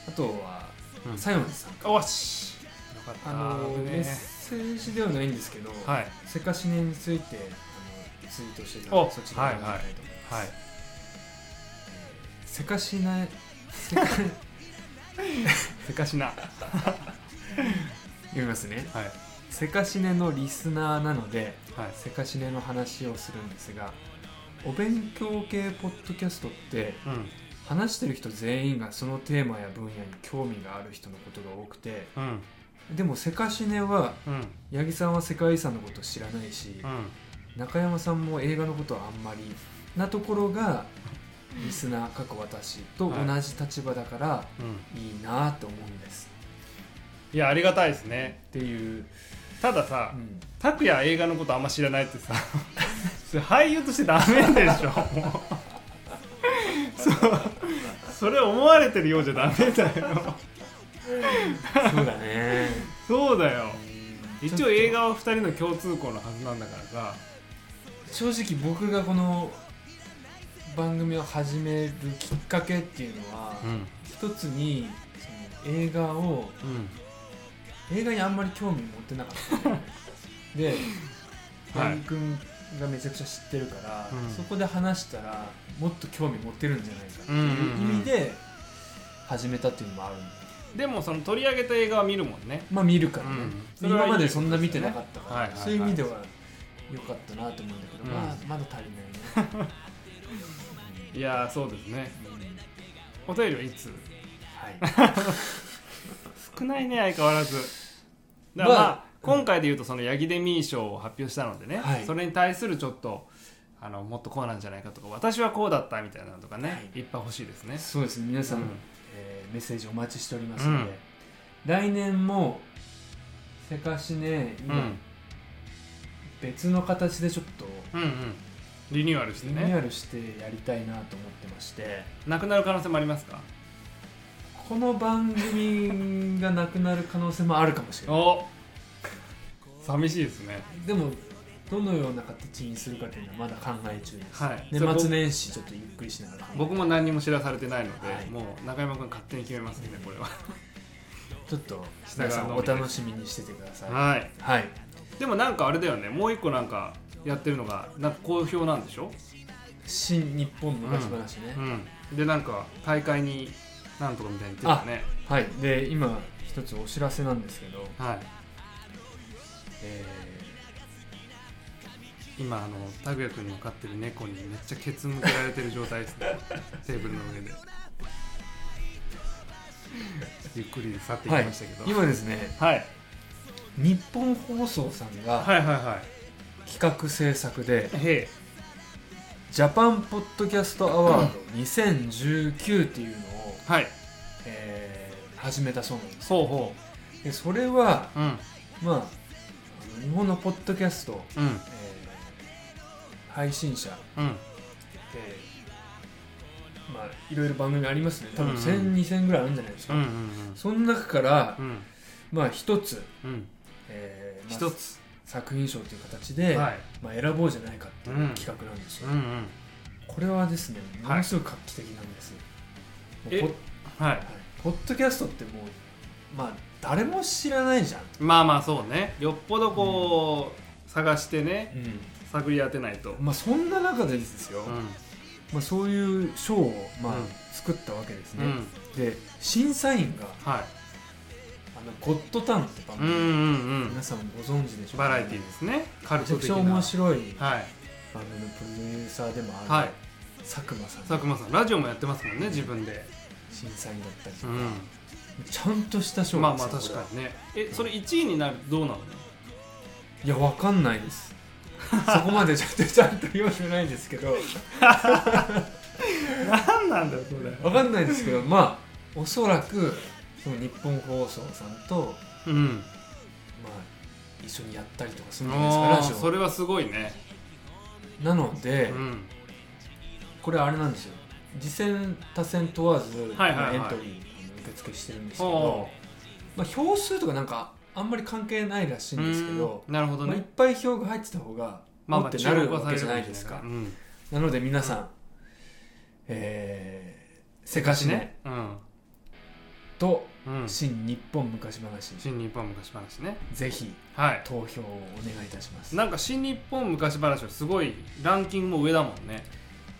Speaker 1: あとは
Speaker 2: うん
Speaker 1: 西門さんか
Speaker 2: おしよかっ
Speaker 1: あ
Speaker 2: た
Speaker 1: の
Speaker 2: 危ねえ
Speaker 1: メッセージではないんですけど「
Speaker 2: はい
Speaker 1: せかしね」についてあのツイートしてたの
Speaker 2: お
Speaker 1: でそちらに行きたいと思います、
Speaker 2: はい
Speaker 1: せかしねせか 読
Speaker 2: せかしなは
Speaker 1: みますね
Speaker 2: いはい
Speaker 1: せかしねのリスナーなのでせかしねの話をするんですがお勉強系ポッドキャストって
Speaker 2: うん
Speaker 1: 話してる人全員がそのテーマや分野に興味がある人のことが多くて
Speaker 2: うん
Speaker 1: でもせかしねは
Speaker 2: うん
Speaker 1: 八木さんは世界遺産のこと知らないし
Speaker 2: うん
Speaker 1: 中山さんも映画のことはあんまりなところがリスナー過去私と同じ立場だから
Speaker 2: うん
Speaker 1: いいなと思うんです
Speaker 2: いやありがたいですね
Speaker 1: っていう、
Speaker 2: ただ
Speaker 1: う
Speaker 2: さ
Speaker 1: ん
Speaker 2: 拓也映画のことあんま知らないってさ それ俳優としてダメでしょ もうそうそれ思われてるようじゃダメだよ
Speaker 1: そうだね
Speaker 2: そうだよ
Speaker 1: うん
Speaker 2: 一応映画は2人の共通項のはずなんだからさ
Speaker 1: 正直僕がこの番組を始めるきっかけっていうのは、
Speaker 2: ん
Speaker 1: 一つにその映画を
Speaker 2: うん
Speaker 1: 映画にあんまり興味持ってなかったんだ よねで
Speaker 2: はい
Speaker 1: 八木君がめちゃくちゃ知ってるから、
Speaker 2: うん
Speaker 1: そこで話したらもっと興味持ってるんじゃないかって
Speaker 2: うん
Speaker 1: いう
Speaker 2: うん
Speaker 1: 意
Speaker 2: うん
Speaker 1: 味で始めたっていうのもあるんだよ
Speaker 2: でもその取り上げた映画は見るもんね
Speaker 1: まあ見るからね、
Speaker 2: うんそれはいい
Speaker 1: 今までそんな見てなかったから、
Speaker 2: はいはいはい
Speaker 1: そういう意味では良かったなと思うんだけど、
Speaker 2: うん
Speaker 1: まあまだ足りないね、
Speaker 2: いやーそうですね
Speaker 1: うん
Speaker 2: お便りはいつ
Speaker 1: はい、
Speaker 2: 少ないね相変わらずだからまあ、今回で言うとそのヤギデミー賞を発表したのでね、
Speaker 1: はい
Speaker 2: それに対するちょっとあのもっとこうなんじゃないかとか私はこうだったみたいなのとかね、
Speaker 1: はい
Speaker 2: い、っぱい欲しいですね
Speaker 1: そうですね皆さん、
Speaker 2: うん
Speaker 1: えーメッセージお待ちしておりますので、
Speaker 2: うん
Speaker 1: 来年もせかしね
Speaker 2: う
Speaker 1: 今、
Speaker 2: ん
Speaker 1: 別の形でちょっと
Speaker 2: うんうんリニューアルして
Speaker 1: リニュー
Speaker 2: ね
Speaker 1: アルしてやりたいなと思ってまして
Speaker 2: なくなる可能性もありますか
Speaker 1: この番組がなくなる可能性もあるかもしれない
Speaker 2: お寂しいですね
Speaker 1: でもどのような形にするかというのはまだ考え中です、
Speaker 2: はい
Speaker 1: 年末
Speaker 2: ね
Speaker 1: 年始ちょっとゆっくりしながら考え
Speaker 2: 僕も何にも知らされてないので、
Speaker 1: はい
Speaker 2: もう中山君勝手に決めますんでこれは
Speaker 1: ちょっと
Speaker 2: 下
Speaker 1: 皆さ
Speaker 2: 側
Speaker 1: ん
Speaker 2: の
Speaker 1: お楽しみにしててください
Speaker 2: はい
Speaker 1: はい
Speaker 2: でもなんかあれだよねもう一個なんかやってるのがなんか好評なんでしょ、
Speaker 1: 新日本の立ち話ね、
Speaker 2: うん、でなんか大会になんとかみたいに言ってたね
Speaker 1: はい、で今一つお知らせなんですけど、
Speaker 2: はい
Speaker 1: え
Speaker 2: 今あの拓也君の飼ってる猫にめっちゃケツ向けられてる状態です ねテーブルの上でゆっくり去っていきましたけど、
Speaker 1: ー今ですね
Speaker 2: はい、
Speaker 1: 日本放送さんが
Speaker 2: はいはいは
Speaker 1: 企画制作で
Speaker 2: いへ
Speaker 1: 「ジャパンポッドキャストアワード2019」っていうのを
Speaker 2: はい
Speaker 1: えー始めたそうなんです
Speaker 2: ほうほ
Speaker 1: でそれは
Speaker 2: ううん
Speaker 1: まあ日本のポッドキャスト、
Speaker 2: うん
Speaker 1: えー配信者
Speaker 2: うん
Speaker 1: えーまあいろいろ番組ありますね多分1000、
Speaker 2: うん
Speaker 1: 2000ぐらいあるんじゃないです
Speaker 2: う
Speaker 1: か、
Speaker 2: んうん
Speaker 1: その中から
Speaker 2: うんうん
Speaker 1: まあ一つ、
Speaker 2: うん
Speaker 1: えーまあ
Speaker 2: 一つ
Speaker 1: 作品賞という形で、
Speaker 2: はい
Speaker 1: まあ、選ぼうじゃないかっていう企画なんです
Speaker 2: う
Speaker 1: よ、
Speaker 2: んうん
Speaker 1: これはですね
Speaker 2: はい
Speaker 1: ものすごく画期的なんです、もう
Speaker 2: え
Speaker 1: ポッ
Speaker 2: は
Speaker 1: は
Speaker 2: い
Speaker 1: いポッドキャストってもうまあ誰も知らないじゃん、
Speaker 2: まあまあそうねよっぽどこう探してね探り当てないと
Speaker 1: まあそんな中でですよ、
Speaker 2: うん
Speaker 1: まあ、そういう賞を、まあ
Speaker 2: うん
Speaker 1: 作ったわけです
Speaker 2: う
Speaker 1: ね、
Speaker 2: ん
Speaker 1: で審査員が
Speaker 2: は
Speaker 1: あ
Speaker 2: い
Speaker 1: のゴッドタウンって番
Speaker 2: うん
Speaker 1: 組、
Speaker 2: うん
Speaker 1: 皆さんもご存知でしょう
Speaker 2: バラエティーですねカル
Speaker 1: めち
Speaker 2: ト
Speaker 1: ゃく
Speaker 2: 的
Speaker 1: ちゃ
Speaker 2: な
Speaker 1: 面白い
Speaker 2: はい
Speaker 1: 番組のプロデューサーでもある、
Speaker 2: はい
Speaker 1: 佐久間さん
Speaker 2: 佐久間さんラジオもやってますもんね自分で
Speaker 1: 審査員だったりと
Speaker 2: う
Speaker 1: か、
Speaker 2: ん
Speaker 1: ちゃんとした賞
Speaker 2: まあ
Speaker 1: なんで
Speaker 2: ますあ
Speaker 1: よ
Speaker 2: 確
Speaker 1: これは
Speaker 2: かにねえそれ1位になるとどうなの
Speaker 1: いやわかんないです そこまでちゃんとちゃんと用意しないんですけど
Speaker 2: 何なんだよそれ
Speaker 1: わかんないですけどまあおそらくその日本放送さんと、
Speaker 2: うん
Speaker 1: まあ、一緒にやったりとかするんじゃない
Speaker 2: あ
Speaker 1: で
Speaker 2: ー
Speaker 1: すかラジオ
Speaker 2: それはすごいね
Speaker 1: なので、
Speaker 2: うん
Speaker 1: これあれなんですよ次戦他戦問わず、
Speaker 2: はいはいはい
Speaker 1: まあエントリーあの受付してるんですけ
Speaker 2: お
Speaker 1: ど、まあ、票数とかなんかあんまり関係ないらしいんですけど、
Speaker 2: なるほど
Speaker 1: まあ、いっ
Speaker 2: ね
Speaker 1: ぱい票が入ってた方が
Speaker 2: ま
Speaker 1: 持
Speaker 2: あま
Speaker 1: っ
Speaker 2: あ
Speaker 1: て
Speaker 2: 注
Speaker 1: なる
Speaker 2: 目は
Speaker 1: わ
Speaker 2: され
Speaker 1: け
Speaker 2: る
Speaker 1: じゃ
Speaker 2: か
Speaker 1: ない
Speaker 2: もしれ
Speaker 1: です
Speaker 2: な
Speaker 1: か
Speaker 2: いうん
Speaker 1: なので皆さんえー、せかしね
Speaker 2: うん
Speaker 1: と
Speaker 2: うん
Speaker 1: 新日本昔話
Speaker 2: 新日本昔話ね
Speaker 1: ぜひ
Speaker 2: はい
Speaker 1: 投票をお願いいたします
Speaker 2: なんか新日本昔話はすごいランキングも上だもんね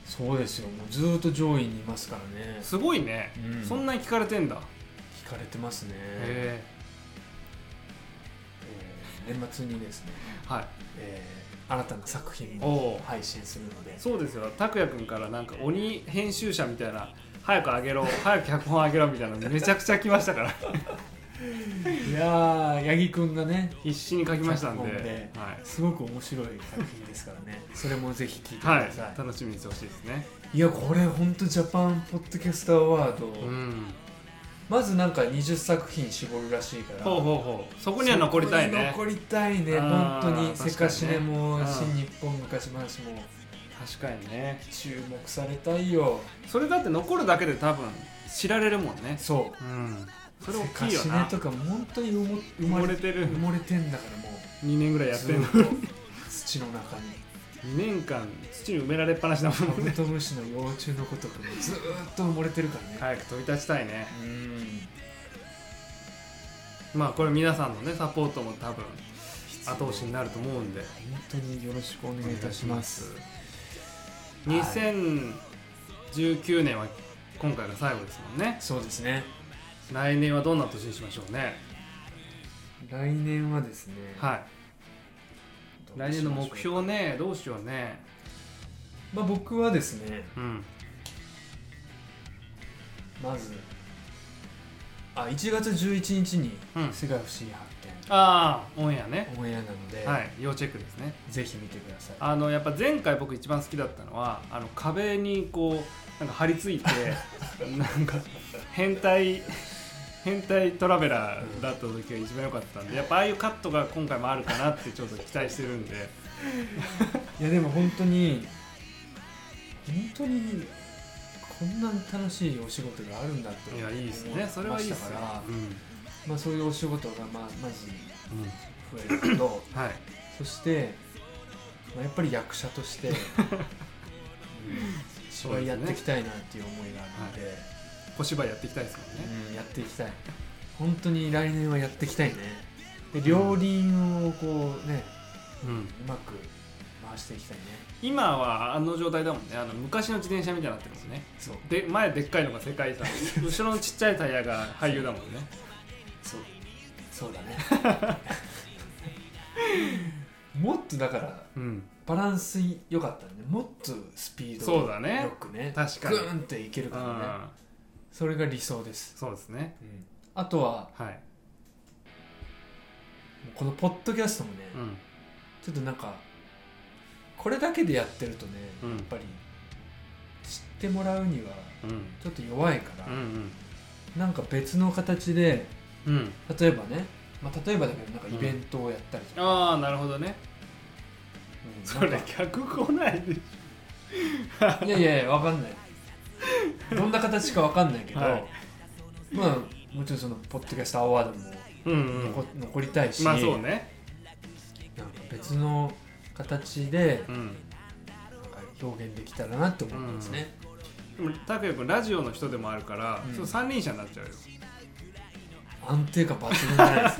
Speaker 1: そうですよもうずーっと上位にいますからね、
Speaker 2: すごいね
Speaker 1: うん、
Speaker 2: そんなに聞かれてんだ
Speaker 1: 聞かれてますね、
Speaker 2: へ
Speaker 1: えー年末にですね
Speaker 2: えはい
Speaker 1: えー新たな作品
Speaker 2: お
Speaker 1: を
Speaker 2: お
Speaker 1: 配信するので
Speaker 2: そうですよ拓也君からなんか鬼編集者みたいな早くあげろ早く脚本あげろみたいなのめちゃくちゃ来ましたから
Speaker 1: いやー八木くんがね
Speaker 2: 必死に書きましたんで
Speaker 1: 脚本ですすごく面白い作品ですから ねそれもぜひ聞いてく
Speaker 2: はい、は
Speaker 1: ださい、
Speaker 2: い、楽しみにしてほしいですね
Speaker 1: い、やこれほんとジャパンポッドキャストアワード、
Speaker 2: うん
Speaker 1: まずなんか20作品絞るらしいから
Speaker 2: ほうほうほうそこには残りたい
Speaker 1: そ
Speaker 2: ね
Speaker 1: こに残りたいね
Speaker 2: あ
Speaker 1: 本
Speaker 2: ー
Speaker 1: 当に
Speaker 2: 確かにね
Speaker 1: せかしねも
Speaker 2: うん
Speaker 1: 新日本昔話も
Speaker 2: 確かにね
Speaker 1: 注目されたいよ
Speaker 2: それだって残るだけで多分知られるもんね
Speaker 1: そう
Speaker 2: うんそれ
Speaker 1: せ
Speaker 2: 大
Speaker 1: か
Speaker 2: きいよ
Speaker 1: しね
Speaker 2: な
Speaker 1: とか本当に埋も
Speaker 2: 埋
Speaker 1: 埋
Speaker 2: も
Speaker 1: ま
Speaker 2: れ
Speaker 1: れ
Speaker 2: てる
Speaker 1: 埋もれてんだからもう
Speaker 2: 2年ぐらいやってんの
Speaker 1: ずっと土の中に
Speaker 2: 2年間土に埋められっぱなしだ
Speaker 1: カ
Speaker 2: もん
Speaker 1: ブ
Speaker 2: ね
Speaker 1: トムシの幼虫のごとくずーっと埋もれてるからね、
Speaker 2: 早く飛び立ちたいね
Speaker 1: うん
Speaker 2: まあこれ皆さんのねサポートも多分後押し
Speaker 1: 本
Speaker 2: になると思うんで
Speaker 1: 当によろしくお願いいたします
Speaker 2: 2019年は今回が最後ですもんね
Speaker 1: そうですね
Speaker 2: 来年はどんな年にしましょうね
Speaker 1: 来年はですね、
Speaker 2: はい
Speaker 1: どうしましょ
Speaker 2: 来年
Speaker 1: う
Speaker 2: の目標ねどうしようね
Speaker 1: まあ僕はですね
Speaker 2: うん
Speaker 1: まずあ1月11日に
Speaker 2: う
Speaker 1: 「
Speaker 2: ん
Speaker 1: 世界不思議発
Speaker 2: ああオンエアね
Speaker 1: 見」オンエアなので、
Speaker 2: はい要チェックですね
Speaker 1: ぜひ見てください
Speaker 2: あのやっぱ前回僕一番好きだったのはあの壁にこうなんか張り付いて なんか変態変態トラベラーだった時が一番良かったんでやっぱああいうカットが今回もあるかなってちょっと期待してるんで
Speaker 1: いやでも本当に本当にこんな楽しいお仕事があるんだって
Speaker 2: いやいいです
Speaker 1: 思
Speaker 2: ね
Speaker 1: ま
Speaker 2: それはいいで
Speaker 1: し
Speaker 2: す
Speaker 1: た
Speaker 2: よ
Speaker 1: から、
Speaker 2: うん
Speaker 1: まあ、そういうお仕事がまあまず
Speaker 2: うん
Speaker 1: 増えること
Speaker 2: はい
Speaker 1: そして、まあ、やっぱり役者として うん芝居やっていきたいなっていう思いがあるので
Speaker 2: 小芝居やっていきたいですもんね
Speaker 1: うんやっていきたい本当に来年はやっていきたいねで両輪をこうね
Speaker 2: うん
Speaker 1: うまく回していきたいね
Speaker 2: 今はあの状態だもんねあの昔の自転車みたいになってるもんね
Speaker 1: そう
Speaker 2: で前でっかいのが世界遺 産後ろのちっちゃいタイヤが俳優だもんね
Speaker 1: そうそうだね もっとだから
Speaker 2: うん
Speaker 1: バランス良かったねもっとスピード
Speaker 2: そうだね
Speaker 1: よくね
Speaker 2: 確かに
Speaker 1: グーンっていける
Speaker 2: う
Speaker 1: からね
Speaker 2: ん
Speaker 1: それが理想です、
Speaker 2: そうですね
Speaker 1: あとは
Speaker 2: はい
Speaker 1: このポッドキャストもね、
Speaker 2: うん
Speaker 1: ちょっとなんかこれだけでやってるとね、
Speaker 2: うん
Speaker 1: やっぱりしってもらうには
Speaker 2: うん
Speaker 1: ちょっと弱いから、
Speaker 2: うん
Speaker 1: なんか別の形で
Speaker 2: うんうん
Speaker 1: 例えばね、まあ、例えばだけどなんかイベントをやったりとか、
Speaker 2: ああなるほどね
Speaker 1: うん
Speaker 2: それ
Speaker 1: なんか
Speaker 2: 客来ないでし
Speaker 1: いやいやいやわかんないどんな形かわかんないけど、
Speaker 2: はい
Speaker 1: まあもちろんそのポッドキャストアワードも
Speaker 2: ょうん
Speaker 1: 残,、残りたいし、
Speaker 2: まあそうね
Speaker 1: なんか別の形で
Speaker 2: うん
Speaker 1: なんか表現できたらなって思ったんですね、
Speaker 2: でも拓哉君ラジオの人でもあるから、
Speaker 1: うん
Speaker 2: そう三輪車になっちゃうよ
Speaker 1: 安定感抜群じゃないです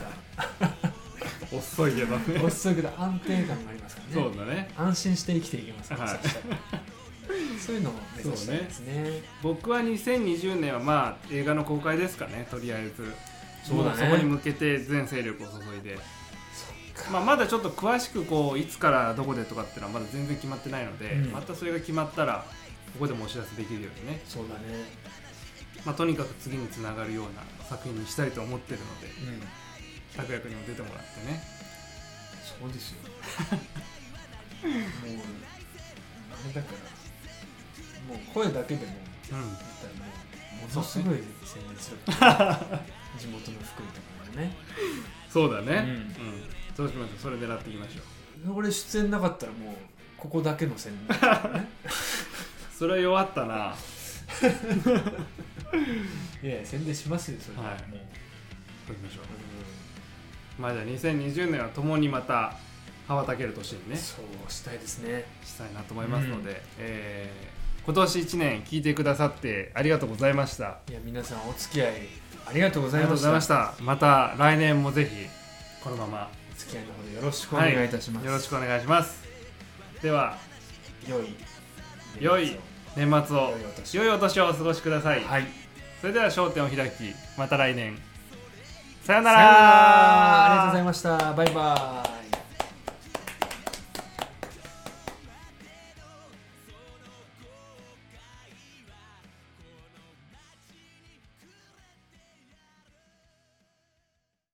Speaker 1: か
Speaker 2: 遅いけどね
Speaker 1: 遅いけど安定感がありますからね
Speaker 2: そうだね
Speaker 1: 安心して生きていけますから、
Speaker 2: はい
Speaker 1: そしたらそういうのを目指したいですね
Speaker 2: 僕は2020年はまあ映画の公開ですかねとりあえず
Speaker 1: そうだね
Speaker 2: もそこに向けて全勢力を注いで、
Speaker 1: そっか
Speaker 2: まあ、まだちょっと詳しくこういつからどこでとかっていうのはまだ全然決まってないので、
Speaker 1: うん
Speaker 2: またそれが決まったらここでもお知らせできるようにね、
Speaker 1: そうだね
Speaker 2: まあ、とにかく次につながるような作品にしたいと思ってるので
Speaker 1: うん
Speaker 2: 拓哉君にも出てもらってね
Speaker 1: そうですよもうあれだからもう声だけでも
Speaker 2: うん
Speaker 1: 言ったらもうものすごい宣伝するから地元の福井とかでね
Speaker 2: そうだ
Speaker 1: う
Speaker 2: ね
Speaker 1: ん
Speaker 2: うん、そうしましょうそれ狙っていきましょう
Speaker 1: 俺出演なかったらもうここだけの宣伝だからね
Speaker 2: それは弱ったなはい
Speaker 1: やいや宣伝しますよそれは、
Speaker 2: はい
Speaker 1: もう
Speaker 2: そうしましょうまあじゃあ2020年は共にまた羽ばたける年に
Speaker 1: うん
Speaker 2: ね
Speaker 1: そうしたいですね
Speaker 2: したいなと思いますので、えー今年1年聞いてくださってありがとうございましたあ
Speaker 1: いや皆さんお付き合いありがとうござ
Speaker 2: り
Speaker 1: い
Speaker 2: がとう
Speaker 1: ま
Speaker 2: ご
Speaker 1: し
Speaker 2: ざい
Speaker 1: た
Speaker 2: ましたまた来年もぜひこのまま
Speaker 1: お付き合いのほどよろしくお願いいたします、
Speaker 2: よろしくお願いしますでは
Speaker 1: 良い
Speaker 2: 良い年末を
Speaker 1: 良いお年を
Speaker 2: 良いお年をお過ごしください、
Speaker 1: はい
Speaker 2: それでは『焦点』を開きまた来年さよな
Speaker 1: さよな
Speaker 2: ら
Speaker 1: らありがとうございましたバイバイ